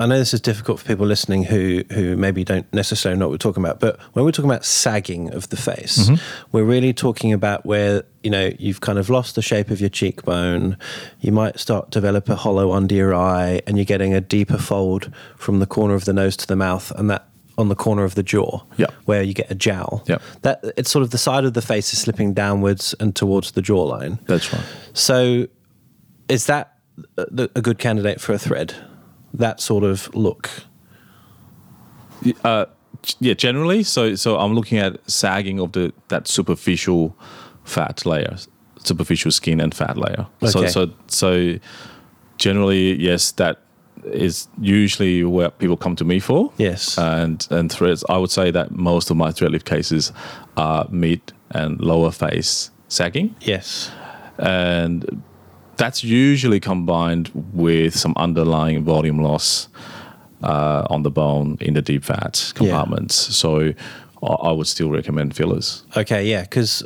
Speaker 1: I know this is difficult for people listening who who maybe don't necessarily know what we're talking about. But when we're talking about sagging of the face,
Speaker 3: Mm-hmm.
Speaker 1: we're really talking about where you know you've kind of lost the shape of your cheekbone. You might start develop a hollow under your eye, and you're getting a deeper fold from the corner of the nose to the mouth, and that on the corner of the jaw,
Speaker 3: Yeah.
Speaker 1: where you get a jowl.
Speaker 3: Yeah.
Speaker 1: that it's sort of the side of the face is slipping downwards and towards the jawline.
Speaker 3: That's right.
Speaker 1: So, is that a a good candidate for a thread? That sort of look.
Speaker 3: G- Yeah, generally. So, so I'm looking at sagging of the that superficial fat layer, superficial skin and fat layer. So,
Speaker 1: Okay.
Speaker 3: so, so generally, yes, that is usually what people come to me for.
Speaker 1: Yes.
Speaker 3: and and threads. I would say that most of my thread lift cases are mid and lower face sagging,
Speaker 1: yes.
Speaker 3: and that's usually combined with some underlying volume loss uh, on the bone in the deep fat compartments. So. I I would still recommend fillers.
Speaker 1: Okay. Yeah. Because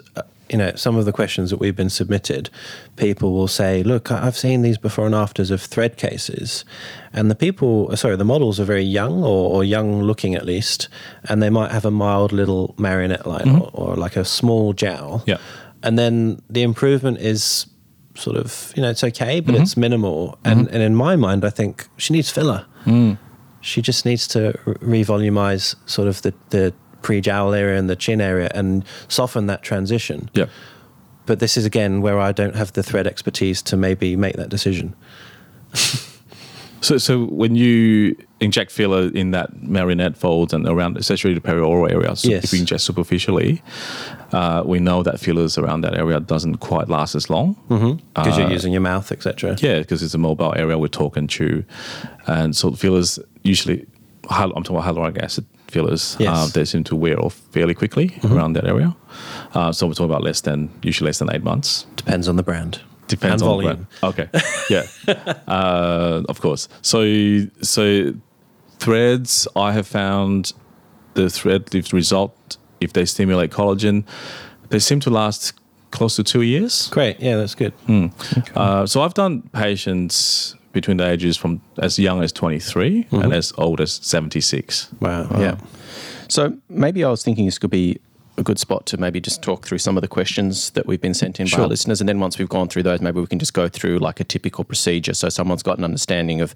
Speaker 1: you know some of the questions that we've been submitted, people will say, "Look, I- I've seen these before and afters of thread cases," and the people, uh, sorry, the models are very young or, or young looking at least, and they might have a mild little marionette line or, or like a small jowl.
Speaker 3: Yeah.
Speaker 1: And then the improvement is sort of you know it's okay but it's minimal and and in my mind i think she needs filler she just needs to re- revolumize sort of the the pre jowl area and the chin area and soften that transition
Speaker 3: Yeah.
Speaker 4: But this is again where I don't have the thread expertise to maybe make that decision.
Speaker 3: So, so when you inject filler in that marionette folds and around, especially the perioral area, so
Speaker 4: Yes.
Speaker 3: if you inject superficially, uh, we know that fillers around that area doesn't quite last as long.
Speaker 4: Because you're using your mouth, etc.
Speaker 3: Yeah, because it's a mobile area with talk and chew, and so fillers usually, hy- I'm talking about hyaluronic acid fillers.
Speaker 4: Yes. Mm-hmm.
Speaker 3: Uh, they seem to wear off fairly quickly around that area. Uh, so we're talking about less than usually less than eight months.
Speaker 4: Depends on the brand.
Speaker 3: Depends
Speaker 4: And
Speaker 3: on the
Speaker 4: volume.
Speaker 3: brand. Okay,
Speaker 4: [laughs]
Speaker 3: yeah, uh, of course. So so threads, I have found the thread leaves result if they stimulate collagen, they seem to last close to two years.
Speaker 4: Great. Yeah, that's good.
Speaker 3: Uh, so I've done patients between the ages from as young as 23
Speaker 2: Mm-hmm.
Speaker 3: and as old as 76.
Speaker 4: Wow.
Speaker 2: Yeah. So maybe I was thinking this could be a good spot to maybe just talk through some of the questions that we've been sent in by our listeners. And then once we've gone through those, maybe we can just go through like a typical procedure. So someone's got an understanding of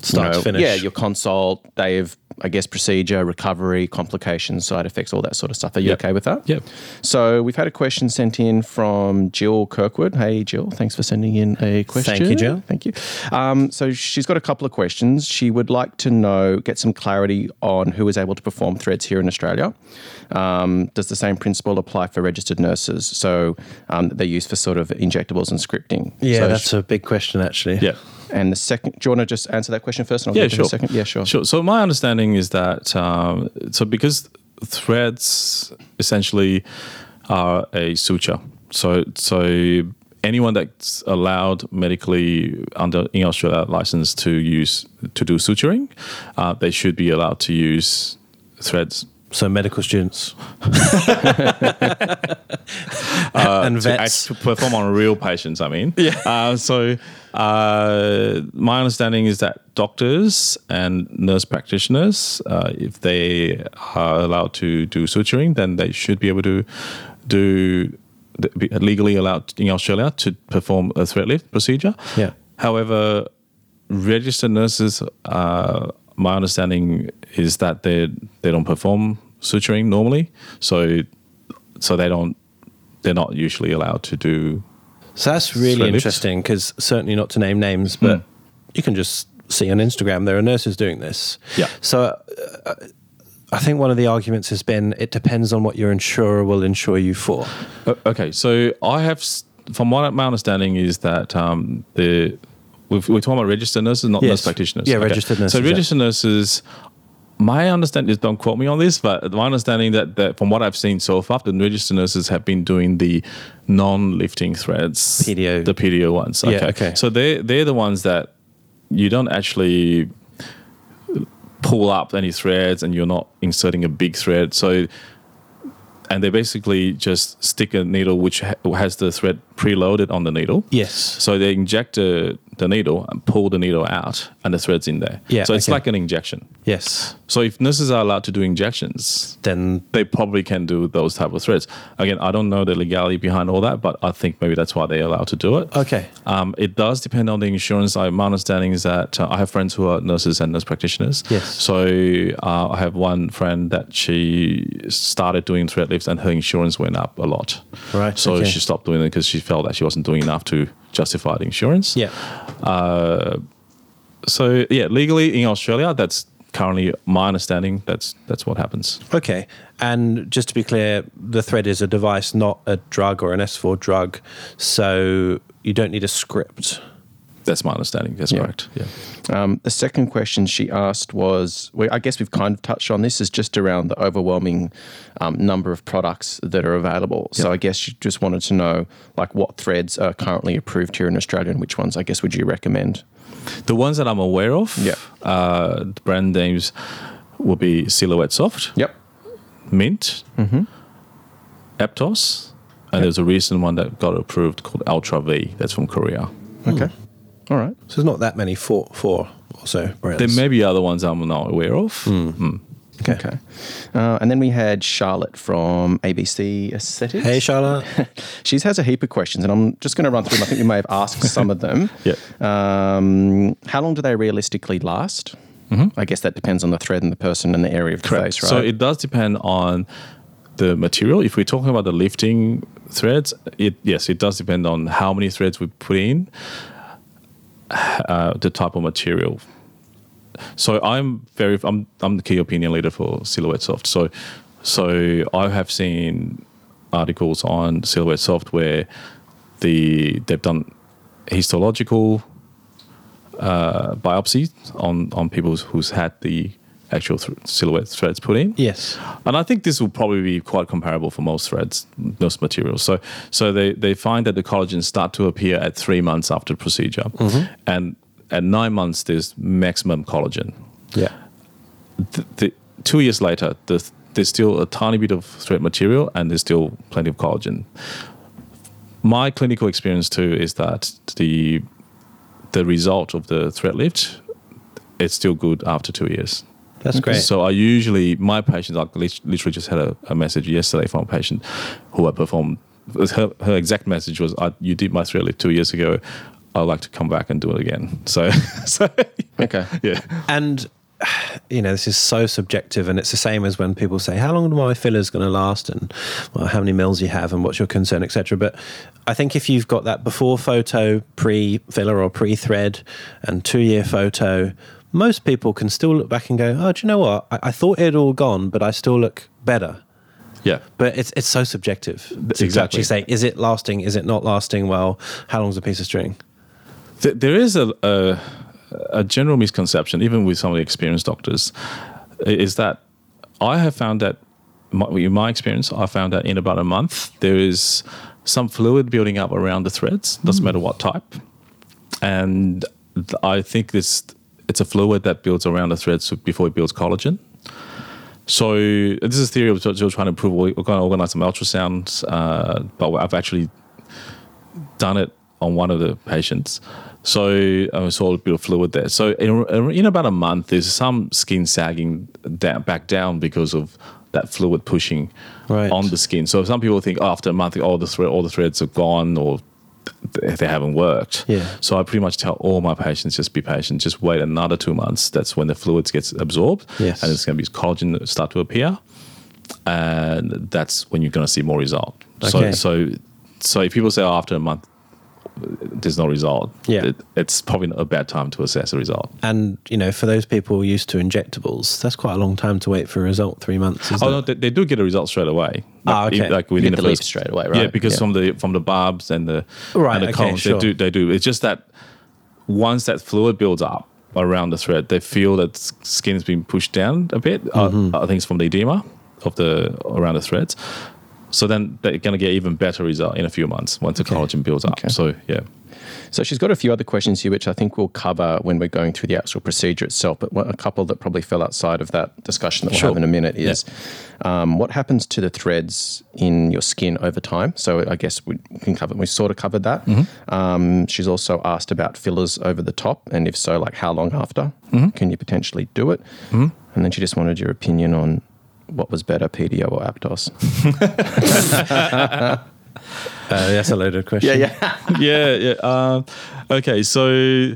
Speaker 4: Start to finish.
Speaker 2: Yeah, your consult, they have, I guess, procedure, recovery, complications, side effects, all that sort of stuff. Are you
Speaker 3: Yep.
Speaker 2: okay with that?
Speaker 3: Yep.
Speaker 2: So we've had a question sent in from Jill Kirkwood. Hey, Jill, thanks for sending in a question.
Speaker 4: you, Jill.
Speaker 2: Thank you. Um, so she's got a couple of questions. She would like to know, get some clarity on who is able to perform threads here in Australia. Um, does the same principle apply for registered nurses? So um, they're used for sort of injectables and scripting.
Speaker 4: Yeah,
Speaker 2: So
Speaker 4: that's a big question actually.
Speaker 3: Yeah.
Speaker 2: and the second, do you want to just answer that question first? And I'll
Speaker 3: Yeah,
Speaker 2: get to the
Speaker 3: sure.
Speaker 2: Second? Yeah, sure.
Speaker 3: Sure. So my understanding is that um, so because threads essentially are a suture. So so anyone that's allowed medically under in Australia license to use to do suturing, uh, they should be allowed to use threads
Speaker 4: So medical [laughs] students Uh, and
Speaker 3: Uh, to
Speaker 4: vets.
Speaker 3: act- to perform on real patients.
Speaker 4: [laughs]
Speaker 3: I mean, yeah. Uh, so uh, my understanding is that doctors and nurse practitioners, uh, if they are allowed to do suturing, then they should be able to do be legally allowed in Australia to perform a thread lift procedure.
Speaker 4: Yeah.
Speaker 3: However, registered nurses, uh, my understanding is that they they don't perform suturing normally, so so they don't they're not usually allowed to do.
Speaker 4: So that's really
Speaker 3: Thread lips.
Speaker 4: interesting because certainly not to name names, but
Speaker 3: Mm.
Speaker 4: you can just see on Instagram there are nurses doing this.
Speaker 3: Yeah.
Speaker 4: So uh, I think one of the arguments has been it depends on what your insurer will insure you for.
Speaker 3: O- Okay, so I have, s- from what my understanding is that um, the we've, we're talking about registered nurses, not
Speaker 4: Yes.
Speaker 3: nurse practitioners.
Speaker 4: Yeah, registered nurses,
Speaker 3: So
Speaker 4: yeah.
Speaker 3: registered nurses. My understanding is don't quote me on this, but my understanding that, that from what I've seen so far, the registered nurses have been doing the non-lifting threads,
Speaker 4: PDO.
Speaker 3: the PDO ones.
Speaker 4: Yeah, okay.
Speaker 3: So they they're the ones that you don't actually pull up any threads, and you're not inserting a big thread. So and they basically just stick a needle which ha- has the thread preloaded on the needle.
Speaker 4: Yes.
Speaker 3: So they inject the, the needle and pull the needle out, and the thread's in there.
Speaker 4: Yeah,
Speaker 3: So it's
Speaker 4: okay.
Speaker 3: like an injection.
Speaker 4: Yes.
Speaker 3: So if nurses are allowed to do injections,
Speaker 4: Then
Speaker 3: they probably can do those type of threads. Again, I don't know the legality behind all that, but I think maybe that's why they're allowed to do it.
Speaker 4: okay.
Speaker 3: Um, it does depend on the insurance. I, my understanding is that uh, I have friends who are nurses and nurse practitioners.
Speaker 4: Yes.
Speaker 3: So uh, I have one friend that she started doing thread lifts and her insurance went up a lot.
Speaker 4: Right,
Speaker 3: So
Speaker 4: okay.
Speaker 3: she stopped doing it because she felt that she wasn't doing enough to justify the insurance.
Speaker 4: Yeah.
Speaker 3: So yeah, legally in Australia, that's currently my understanding. That's that's what happens.
Speaker 4: Okay. And just to be clear, the thread is a device, not a drug or an S4 drug. So you don't need a script.
Speaker 3: That's my understanding. That's
Speaker 2: Yeah.
Speaker 3: correct. Yeah.
Speaker 2: Um, the second question she asked was, we, I guess we've kind of touched on this, is just around the overwhelming um, number of products that are available. So I guess she just wanted to know, like, what threads are currently approved here in Australia, and which ones, I guess, would you recommend?
Speaker 3: The ones that I'm aware of,
Speaker 2: Yeah.
Speaker 3: uh, the brand names will be Silhouette Soft.
Speaker 2: Yep.
Speaker 3: Mint,
Speaker 2: Mm-hmm.
Speaker 3: Aptos, and there's a recent one that got approved called Ultra V. That's from Korea.
Speaker 2: Okay. Hmm. All right.
Speaker 4: So there's not that many four, four or so brands.
Speaker 3: There may be other ones I'm not aware of.
Speaker 2: Mm. Okay. Uh, and then we had Charlotte from ABC Aesthetics.
Speaker 4: hey,
Speaker 3: [laughs]
Speaker 4: Charlotte.
Speaker 2: She has a heap of questions, and I'm just going to run through them. I think we may have asked [laughs] some of them.
Speaker 3: Yeah.
Speaker 2: Um, how long do they realistically last? I guess that depends on the thread and the person and the area of the face, right?
Speaker 3: So it does depend on the material. If we're talking about the lifting threads. It yes, it does depend on how many threads we put in, uh, the type of material. So I'm very I'm I'm the key opinion leader for Silhouette Soft. So so I have seen articles on Silhouette Soft where the they've done histological uh, biopsies on on people who's had the actual th- silhouette threads put in.
Speaker 1: Yes.
Speaker 3: And I think this will probably be quite comparable for most threads, most materials. So, so they, they find that the collagens start to appear at three months after procedure, and at nine months there's maximum collagen.
Speaker 1: Yeah.
Speaker 3: Th- th- two years later, the, th- there's still a tiny bit of thread material, and there's still plenty of collagen. My clinical experience too is that the the result of the thread lift, it's still good after two years.
Speaker 1: That's great.
Speaker 3: So I usually my patients. I lit- literally just had a, a message yesterday from a patient who I performed. Her, her exact message was, I, "You did my thread lift two years ago. I'd like to come back and do it again." So, [laughs] so
Speaker 2: Okay.
Speaker 3: yeah,
Speaker 1: And you know, this is so subjective, and it's the same as when people say, "How long are my fillers going to last?" and well, how many mils you have, and what's your concern, etc. But I think if you've got that before photo, pre filler or pre thread, and two year photo, most people can still look back and go, "Oh, do you know what? I, I thought it had all gone, but I still look better."
Speaker 3: yeah,
Speaker 1: But it's it's so subjective to
Speaker 3: Exactly.
Speaker 1: actually say, "Is it lasting? Is it not lasting? Well, how long's a piece of string?"
Speaker 3: Th- there is a, a a general misconception, even with some of the experienced doctors, i- is that I have found that, my, in my experience, I found that in about a month there is some fluid building up around the threads, doesn't matter what type, and th- I think this it's a fluid that builds around the threads before it builds collagen. So this is a theory of are trying to prove. We're going to organize some ultrasounds, uh, but I've actually done it on one of the patients. So I saw a bit of fluid there. So in, in about a month, there's some skin sagging down, back down because of that fluid pushing
Speaker 1: Right.
Speaker 3: on the skin. So some people think oh, after a month, all the thread, all the threads are gone or th- they haven't worked.
Speaker 1: Yeah.
Speaker 3: So I pretty much tell all my patients just be patient, just wait another two months. That's when the fluids gets absorbed,
Speaker 1: Yes.
Speaker 3: and it's going to be collagen that start to appear, and that's when you're going to see more result.
Speaker 1: Okay.
Speaker 3: So so so if people say oh, after a month there's no result,
Speaker 1: Yeah.
Speaker 3: it- it's probably not a bad time to assess a result.
Speaker 1: And you know, for those people used to injectables, that's quite a long time to wait for a result. Three months. Isn't it?
Speaker 3: Oh no, they, they do get a result straight away.
Speaker 1: Ah,
Speaker 3: Like,
Speaker 1: okay.
Speaker 3: if- Like
Speaker 2: You
Speaker 3: within
Speaker 2: get the
Speaker 3: the
Speaker 2: leaf
Speaker 3: first,
Speaker 2: straight away,
Speaker 3: Yeah,
Speaker 2: right?
Speaker 3: because
Speaker 2: Yeah.
Speaker 3: from the from the barbs and the
Speaker 1: Right,
Speaker 3: and the
Speaker 1: okay,
Speaker 3: cones,
Speaker 1: sure.
Speaker 3: they do they do. It's just that once that fluid builds up around the thread, they feel that s- skin has been pushed down a bit. Uh,
Speaker 2: Mm-hmm.
Speaker 3: I think it's from the edema of the around the threads. So then they're gonna get even better result in a few months once the collagen builds up.
Speaker 2: Okay.
Speaker 3: So yeah, [laughs]
Speaker 2: So she's got a few other questions here, which I think we'll cover when we're going through the actual procedure itself. But what- a couple that probably fell outside of that discussion that we'll have
Speaker 3: Sure.
Speaker 2: in a minute is um, what happens to the threads in your skin over time. So I guess we can cover. We sort of covered that. Um, she's also asked about fillers over the top, and if so, like how long after can you potentially do it? And then she just wanted your opinion on what was better, PDO or Aptos.
Speaker 1: Uh, that's a loaded question.
Speaker 2: yeah.
Speaker 3: yeah, yeah. Um okay, so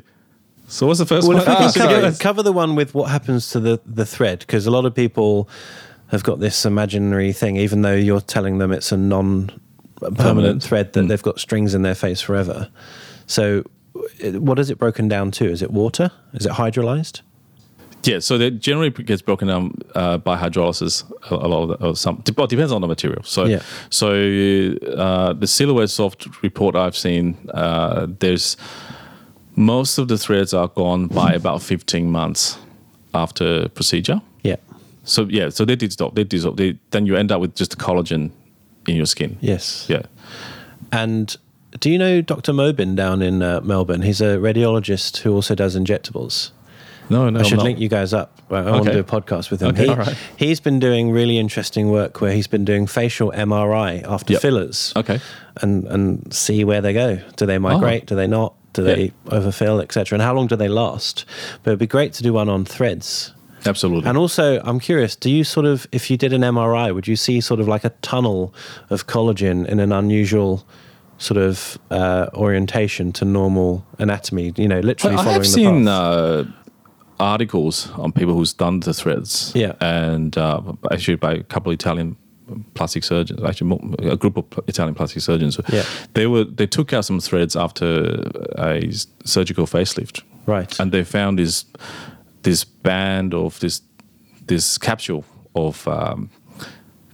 Speaker 3: so what's the first
Speaker 1: Well,
Speaker 3: one?
Speaker 1: if we
Speaker 3: Ah,
Speaker 1: can
Speaker 3: sorry.
Speaker 1: cover, cover the one with what happens to the the thread, because a lot of people have got this imaginary thing, even though you're telling them it's a non permanent Hmm.
Speaker 3: Permanent.
Speaker 1: thread that they've got strings in their face forever. So, it- what is it broken down to? Is it water? Is it hydrolyzed?
Speaker 3: Yeah, so that generally gets broken down uh, by hydrolysis. A, a lot of the, or some, well, it depends on the material. So,
Speaker 1: Yeah.
Speaker 3: so uh, the Silhouette Soft report I've seen, uh, there's most of the threads are gone by about 15 months after procedure.
Speaker 1: Yeah.
Speaker 3: So yeah, so they dissolve, they dissolve. They, then you end up with just the collagen in your skin.
Speaker 1: Yes.
Speaker 3: Yeah.
Speaker 1: And do you know Dr. Mobin down in uh, Melbourne? He's a radiologist who also does injectables.
Speaker 3: No, no.
Speaker 1: I
Speaker 3: I'm
Speaker 1: should
Speaker 3: not.
Speaker 1: link you guys up. I want to
Speaker 3: Oh, Okay.
Speaker 1: do a podcast with him.
Speaker 3: Okay,
Speaker 1: he,
Speaker 3: all right.
Speaker 1: He's been doing really interesting work where he's been doing facial MRI after
Speaker 3: Yep.
Speaker 1: fillers
Speaker 3: Okay. Oh.
Speaker 1: and, and see where they go. Do they migrate? Do they not? Do
Speaker 3: Yeah.
Speaker 1: they overfill, etc.? And how long do they last? But it'd be great to do one on threads.
Speaker 3: Absolutely.
Speaker 1: And also, I'm curious, do you sort of, if you did an MRI, would you see sort of like a tunnel of collagen in an unusual sort of uh, orientation to normal anatomy? You know, literally
Speaker 3: I, I
Speaker 1: following
Speaker 3: have
Speaker 1: the
Speaker 3: seen
Speaker 1: path.
Speaker 3: uh, articles on people who's done the threads.
Speaker 1: Yeah.
Speaker 3: and uh, actually by a couple of Italian plastic surgeons, actually mo- a group of pl- Italian plastic surgeons.
Speaker 1: Yeah.
Speaker 3: They were they took out some threads after a s- surgical facelift,
Speaker 1: Right.
Speaker 3: and they found this this band of this this capsule of um,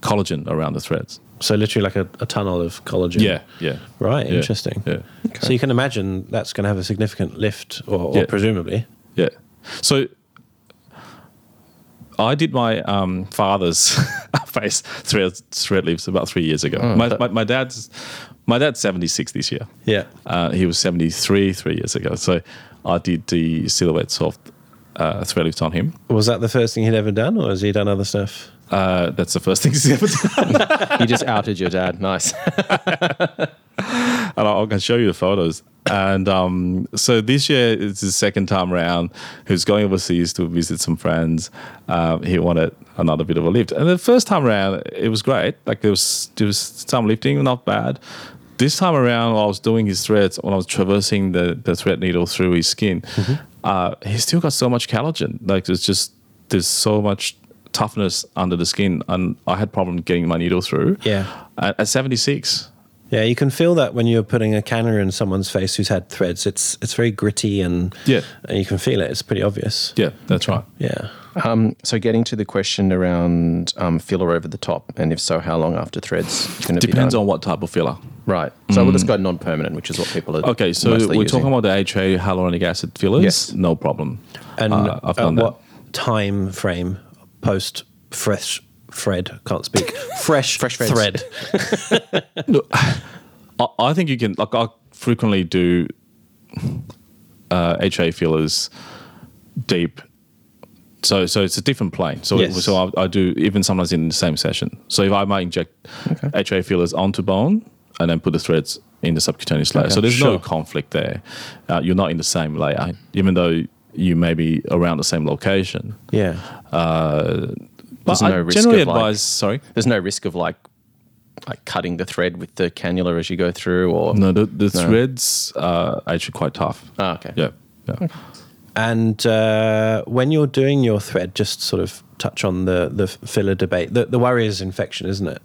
Speaker 3: collagen around the threads.
Speaker 1: So literally like a, a tunnel of collagen.
Speaker 3: Yeah, yeah,
Speaker 1: Right.
Speaker 3: Yeah,
Speaker 1: Interesting.
Speaker 3: Yeah,
Speaker 1: So you can imagine that's going to have a significant lift, or, or
Speaker 3: Yeah.
Speaker 1: presumably.
Speaker 3: yeah. So I did my um, father's [laughs] face thread thread lifts about three years ago. my, my my dad's my dad's seventy six this year.
Speaker 1: Yeah.
Speaker 3: Uh, he was 73 three years ago. So I did the silhouettes of uh, thread lifts on him.
Speaker 1: Was that the first thing he'd ever done, or has he done other stuff?
Speaker 3: Uh, that's the first thing he's ever
Speaker 2: [laughs]
Speaker 3: done.
Speaker 2: you just outed your dad. Nice.
Speaker 3: and I I can show you the photos. And um, so this year it's his second time around. He was going overseas to visit some friends. Um, he wanted another bit of a lift. And the first time around, it was great. Like there was there was some lifting, not bad. This time around, while I was doing his threads, when I was traversing the, the thread needle through his skin, uh, he still got so much collagen. Like there's just there's so much toughness under the skin, and I had problem getting my needle through.
Speaker 1: Yeah.
Speaker 3: at, at 76.
Speaker 1: Yeah, you can feel that when you're putting a canner in someone's face who's had threads. It's it's very gritty and
Speaker 3: Yeah.
Speaker 1: and you can feel it. It's pretty obvious.
Speaker 3: Yeah, that's right.
Speaker 1: Yeah.
Speaker 2: Um, so, getting to the question around um, filler over the top, and if so, how long after threads can it
Speaker 3: Depends
Speaker 2: be done?
Speaker 3: on what type of filler.
Speaker 2: right. So, we'll just go non-permanent, which is what people are.
Speaker 3: Okay, so
Speaker 2: mostly
Speaker 3: we're
Speaker 2: using.
Speaker 3: talking about the HA hyaluronic acid fillers.
Speaker 2: Yes.
Speaker 3: No problem.
Speaker 1: And
Speaker 3: Uh, I've
Speaker 1: at
Speaker 3: done that.
Speaker 1: what time frame post fresh thread? Can't
Speaker 3: [laughs]
Speaker 1: speak. Fresh fresh
Speaker 2: threads.
Speaker 1: thread.
Speaker 3: I, I think you can, like, I frequently do uh, HA fillers deep. So, so it's a different plane. So,
Speaker 1: Yes.
Speaker 3: so I, I do even sometimes in the same session. So, if I might inject HA fillers onto bone and then put the threads in the subcutaneous layer, so there's no
Speaker 1: Sure.
Speaker 3: conflict there. Uh, you're not in the same layer, even though you may be around the same location.
Speaker 1: Yeah.
Speaker 3: But
Speaker 2: There's
Speaker 3: I
Speaker 2: no risk
Speaker 3: generally
Speaker 2: of, like-
Speaker 3: advise. sorry,
Speaker 2: There's no risk of like like cutting the thread with the cannula as you go through, or
Speaker 3: no, the, the threads are actually quite tough.
Speaker 2: Ah, okay.
Speaker 3: Yeah, yeah.
Speaker 1: And uh, when you're doing your thread, just sort of touch on the the filler debate. The, the worry is infection, isn't it?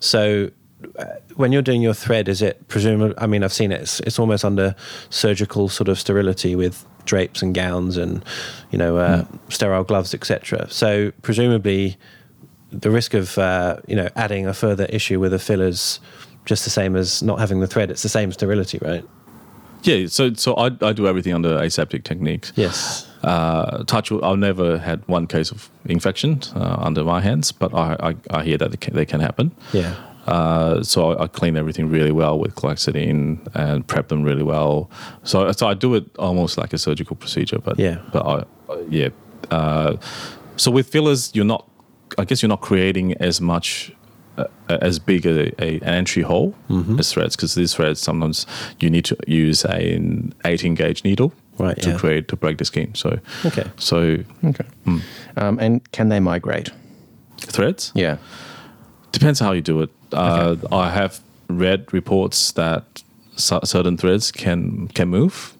Speaker 1: So uh, when you're doing your thread, is it presumably? I mean, I've seen it. It's, it's almost under surgical sort of sterility with drapes and gowns and you know uh, sterile gloves, etc. So presumably, the risk of uh, you know adding a further issue with a filler's just the same as not having the thread. It's the same sterility, right?
Speaker 3: Yeah, so so I, I do everything under aseptic techniques.
Speaker 1: Yes.
Speaker 3: Uh, touch wood, I've never had one case of infection uh, under my hands, but I, I, I hear that they can, they can happen.
Speaker 1: Yeah.
Speaker 3: Uh, so I, I clean everything really well with glycidine and prep them really well. So so I do it almost like a surgical procedure, but
Speaker 1: Yeah.
Speaker 3: but I, I- yeah. Uh, so with fillers, you're not. I guess you're not creating as much. Uh, as big a, a, an entry hole
Speaker 1: Mm-hmm.
Speaker 3: as threads because these threads sometimes you need to use an 18 gauge needle
Speaker 1: Right,
Speaker 3: to
Speaker 1: yeah.
Speaker 3: create to break the skin so
Speaker 1: Okay.
Speaker 3: so
Speaker 2: okay.
Speaker 3: Mm.
Speaker 2: Um, and can they migrate?
Speaker 3: threads
Speaker 2: Yeah.
Speaker 3: Depends how you do it. Uh, I have read reports that cer- certain threads can can move.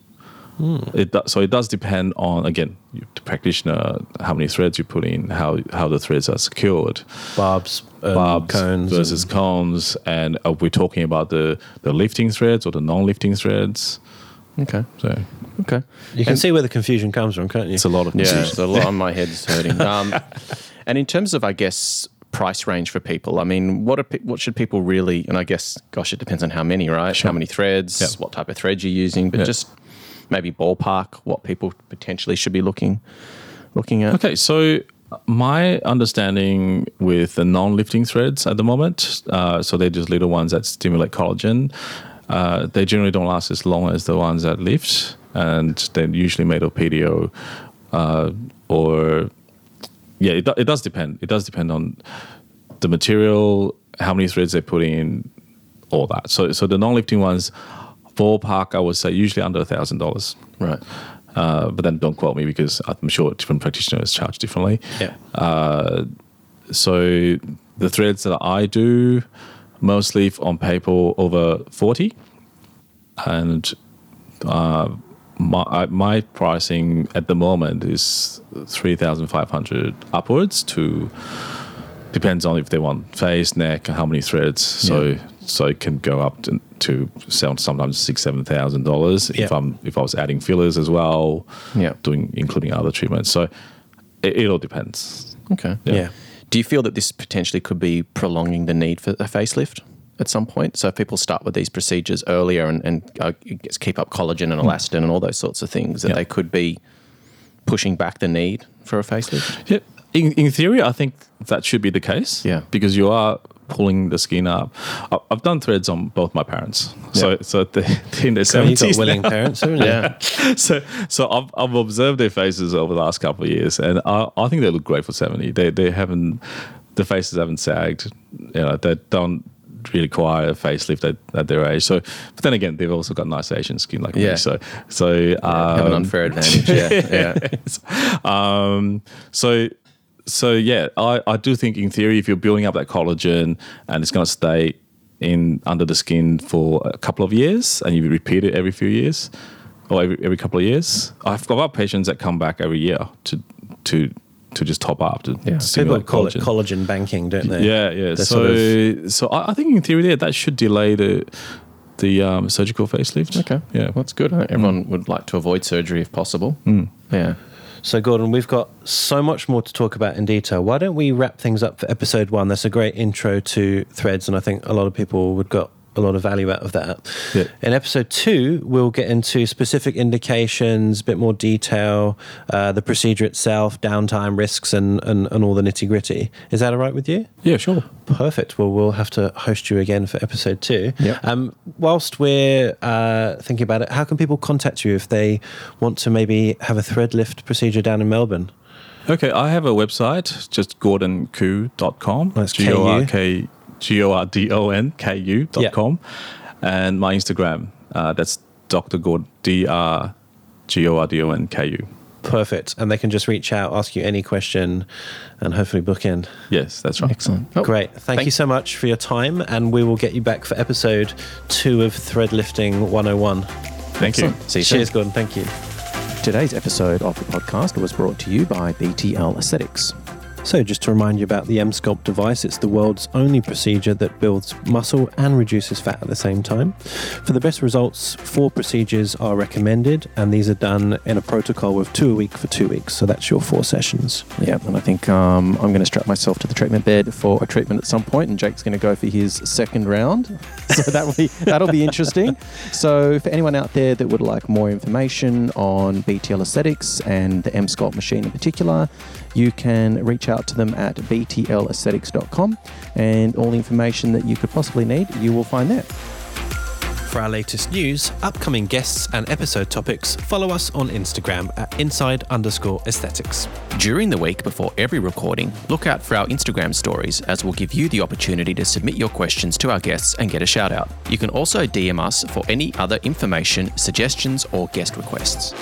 Speaker 1: Hmm.
Speaker 3: It do, so it does depend on again you- the practitioner, how many threads you put in, how how the threads are secured,
Speaker 1: Barbs, um,
Speaker 3: barbs
Speaker 1: cones, and-
Speaker 3: versus cones, and are we talking about the the lifting threads or the non-lifting threads?
Speaker 2: Okay.
Speaker 3: So
Speaker 2: Okay.
Speaker 1: You can see where the confusion comes from, can't you?
Speaker 3: it's a lot of
Speaker 2: Yeah,
Speaker 3: confusion.
Speaker 2: it's a lot on my head's hurting. Um, and in terms of, I guess, price range for people, I mean, what are pe- what should people really? And I guess, gosh, it depends on how many, right? How many threads?
Speaker 3: Yeah.
Speaker 2: What type of threads you're using? But
Speaker 3: Yeah.
Speaker 2: just maybe ballpark what people potentially should be looking looking at.
Speaker 3: Okay, so my understanding with the non-lifting threads at the moment, uh, so they're just little ones that stimulate collagen. Uh, they generally don't last as long as the ones that lift, and they're usually made of PDO uh, or yeah, it, do- it does depend. It does depend on the material, how many threads they put in, all that. So so the non-lifting ones, ballpark, I would say usually under a thousand dollars.
Speaker 2: Right.
Speaker 3: Uh, but then don't quote me because I'm sure different practitioners charge differently.
Speaker 1: Yeah.
Speaker 3: So the threads that I do mostly f- on paper over 40 and uh, my, I- my pricing at the moment is 3,500 upwards to depends on if they want face, neck, and how many threads. So so it can go up to, to sell sometimes six, seven thousand dollars if
Speaker 1: Yeah.
Speaker 3: I'm if I was adding fillers as well.
Speaker 2: Yeah.
Speaker 3: doing including other treatments. So it, it all depends.
Speaker 2: Okay.
Speaker 1: Yeah.
Speaker 2: Do you feel that this potentially could be prolonging the need for a facelift at some point? So if people start with these procedures earlier and, and uh, gets- keep up collagen and elastin and all those sorts of things, that
Speaker 3: Yeah.
Speaker 2: they could be pushing back the need for a facelift.
Speaker 3: Yeah. In, in theory, I think that should be the case.
Speaker 2: Yeah.
Speaker 3: Because you are pulling the skin up. I- I've done threads on both my parents. So so they, [laughs] they're in their
Speaker 1: So you've got
Speaker 3: seventies
Speaker 1: willing parents,
Speaker 3: [laughs]
Speaker 1: haven't you?
Speaker 2: Yeah.
Speaker 3: so so I've, I've observed their faces over the last couple of years, and I, I think they look great for seventy. They they haven't the faces haven't sagged. You know, they don't really require a facelift at, at their age. So, but then again, they've also got nice Asian skin like
Speaker 2: Yeah.
Speaker 3: me. So so um,
Speaker 2: Have an [laughs] unfair advantage. Yeah. yeah.
Speaker 3: [laughs] um, so so yeah, I, I do think in theory, if you're building up that collagen and it's going to stay in under the skin for a couple of years, and you repeat it every few years or every, every couple of years, I've got patients that come back every year to to to just top up to
Speaker 2: People
Speaker 1: People
Speaker 3: stimulate
Speaker 1: call it collagen banking, don't they?
Speaker 3: yeah, yeah.
Speaker 1: They're
Speaker 3: So,
Speaker 1: sort
Speaker 3: so I, I think in theory, yeah, that should delay the the um, surgical facelift.
Speaker 2: Okay.
Speaker 3: Yeah.
Speaker 2: Well, that's good. I think Everyone would like to avoid surgery if possible. Yeah.
Speaker 1: So, Gordon, we've got so much more to talk about in detail. Why don't we wrap things up for episode one? That's a great intro to threads, and I think a lot of people would got a lot of value out of that.
Speaker 3: Yeah.
Speaker 1: In episode two, we'll get into specific indications, a bit more detail, uh, the procedure itself, downtime, risks, and, and, and all the nitty gritty. Is that all right with you?
Speaker 3: Yeah. Sure.
Speaker 1: Perfect. Well, we'll have to host you again for episode two.
Speaker 2: Yep.
Speaker 1: Um, whilst we're uh, thinking about it, how can people contact you if they want to maybe have a thread lift procedure down in Melbourne?
Speaker 3: Okay, I have a website, just gordoncoo.com.
Speaker 1: That's
Speaker 3: G O R K G O R D O N K U
Speaker 1: Yeah.
Speaker 3: dot com. And my Instagram, uh, that's Dr. Gordon, D R G O R D O N K U.
Speaker 1: Perfect. And they can just reach out, ask you any question, and hopefully book in.
Speaker 3: Yes, that's right.
Speaker 2: Excellent. Oh,
Speaker 1: Great. Thank, you so much for your time, and we will get you back for episode two of Thread Lifting 101.
Speaker 3: Thank you.
Speaker 2: See you soon.
Speaker 1: Cheers, Gordon. Thank you.
Speaker 2: Today's episode of the podcast was brought to you by BTL Aesthetics.
Speaker 1: So, just to remind you about the M Sculpt device, it's the world's only procedure that builds muscle and reduces fat at the same time. For the best results, four procedures are recommended, and these are done in a protocol of two a week for two weeks. So, that's your four sessions.
Speaker 2: Yeah, and I think um, I'm going to strap myself to the treatment bed for a treatment at some point, and Jake's going to go for his second round. [laughs] So that will be that'll be interesting. So for anyone out there that would like more information on BTL Aesthetics and the M Sculpt machine in particular, you can reach out to them at btlaesthetics.com, and all the information that you could possibly need, you will find there.
Speaker 1: For our latest news, upcoming guests, and episode topics, follow us on Instagram at inside underscore aesthetics.
Speaker 5: During the week before every recording, look out for our Instagram stories as we'll give you the opportunity to submit your questions to our guests and get a shout out. You can also DM us for any other information, suggestions, or guest requests.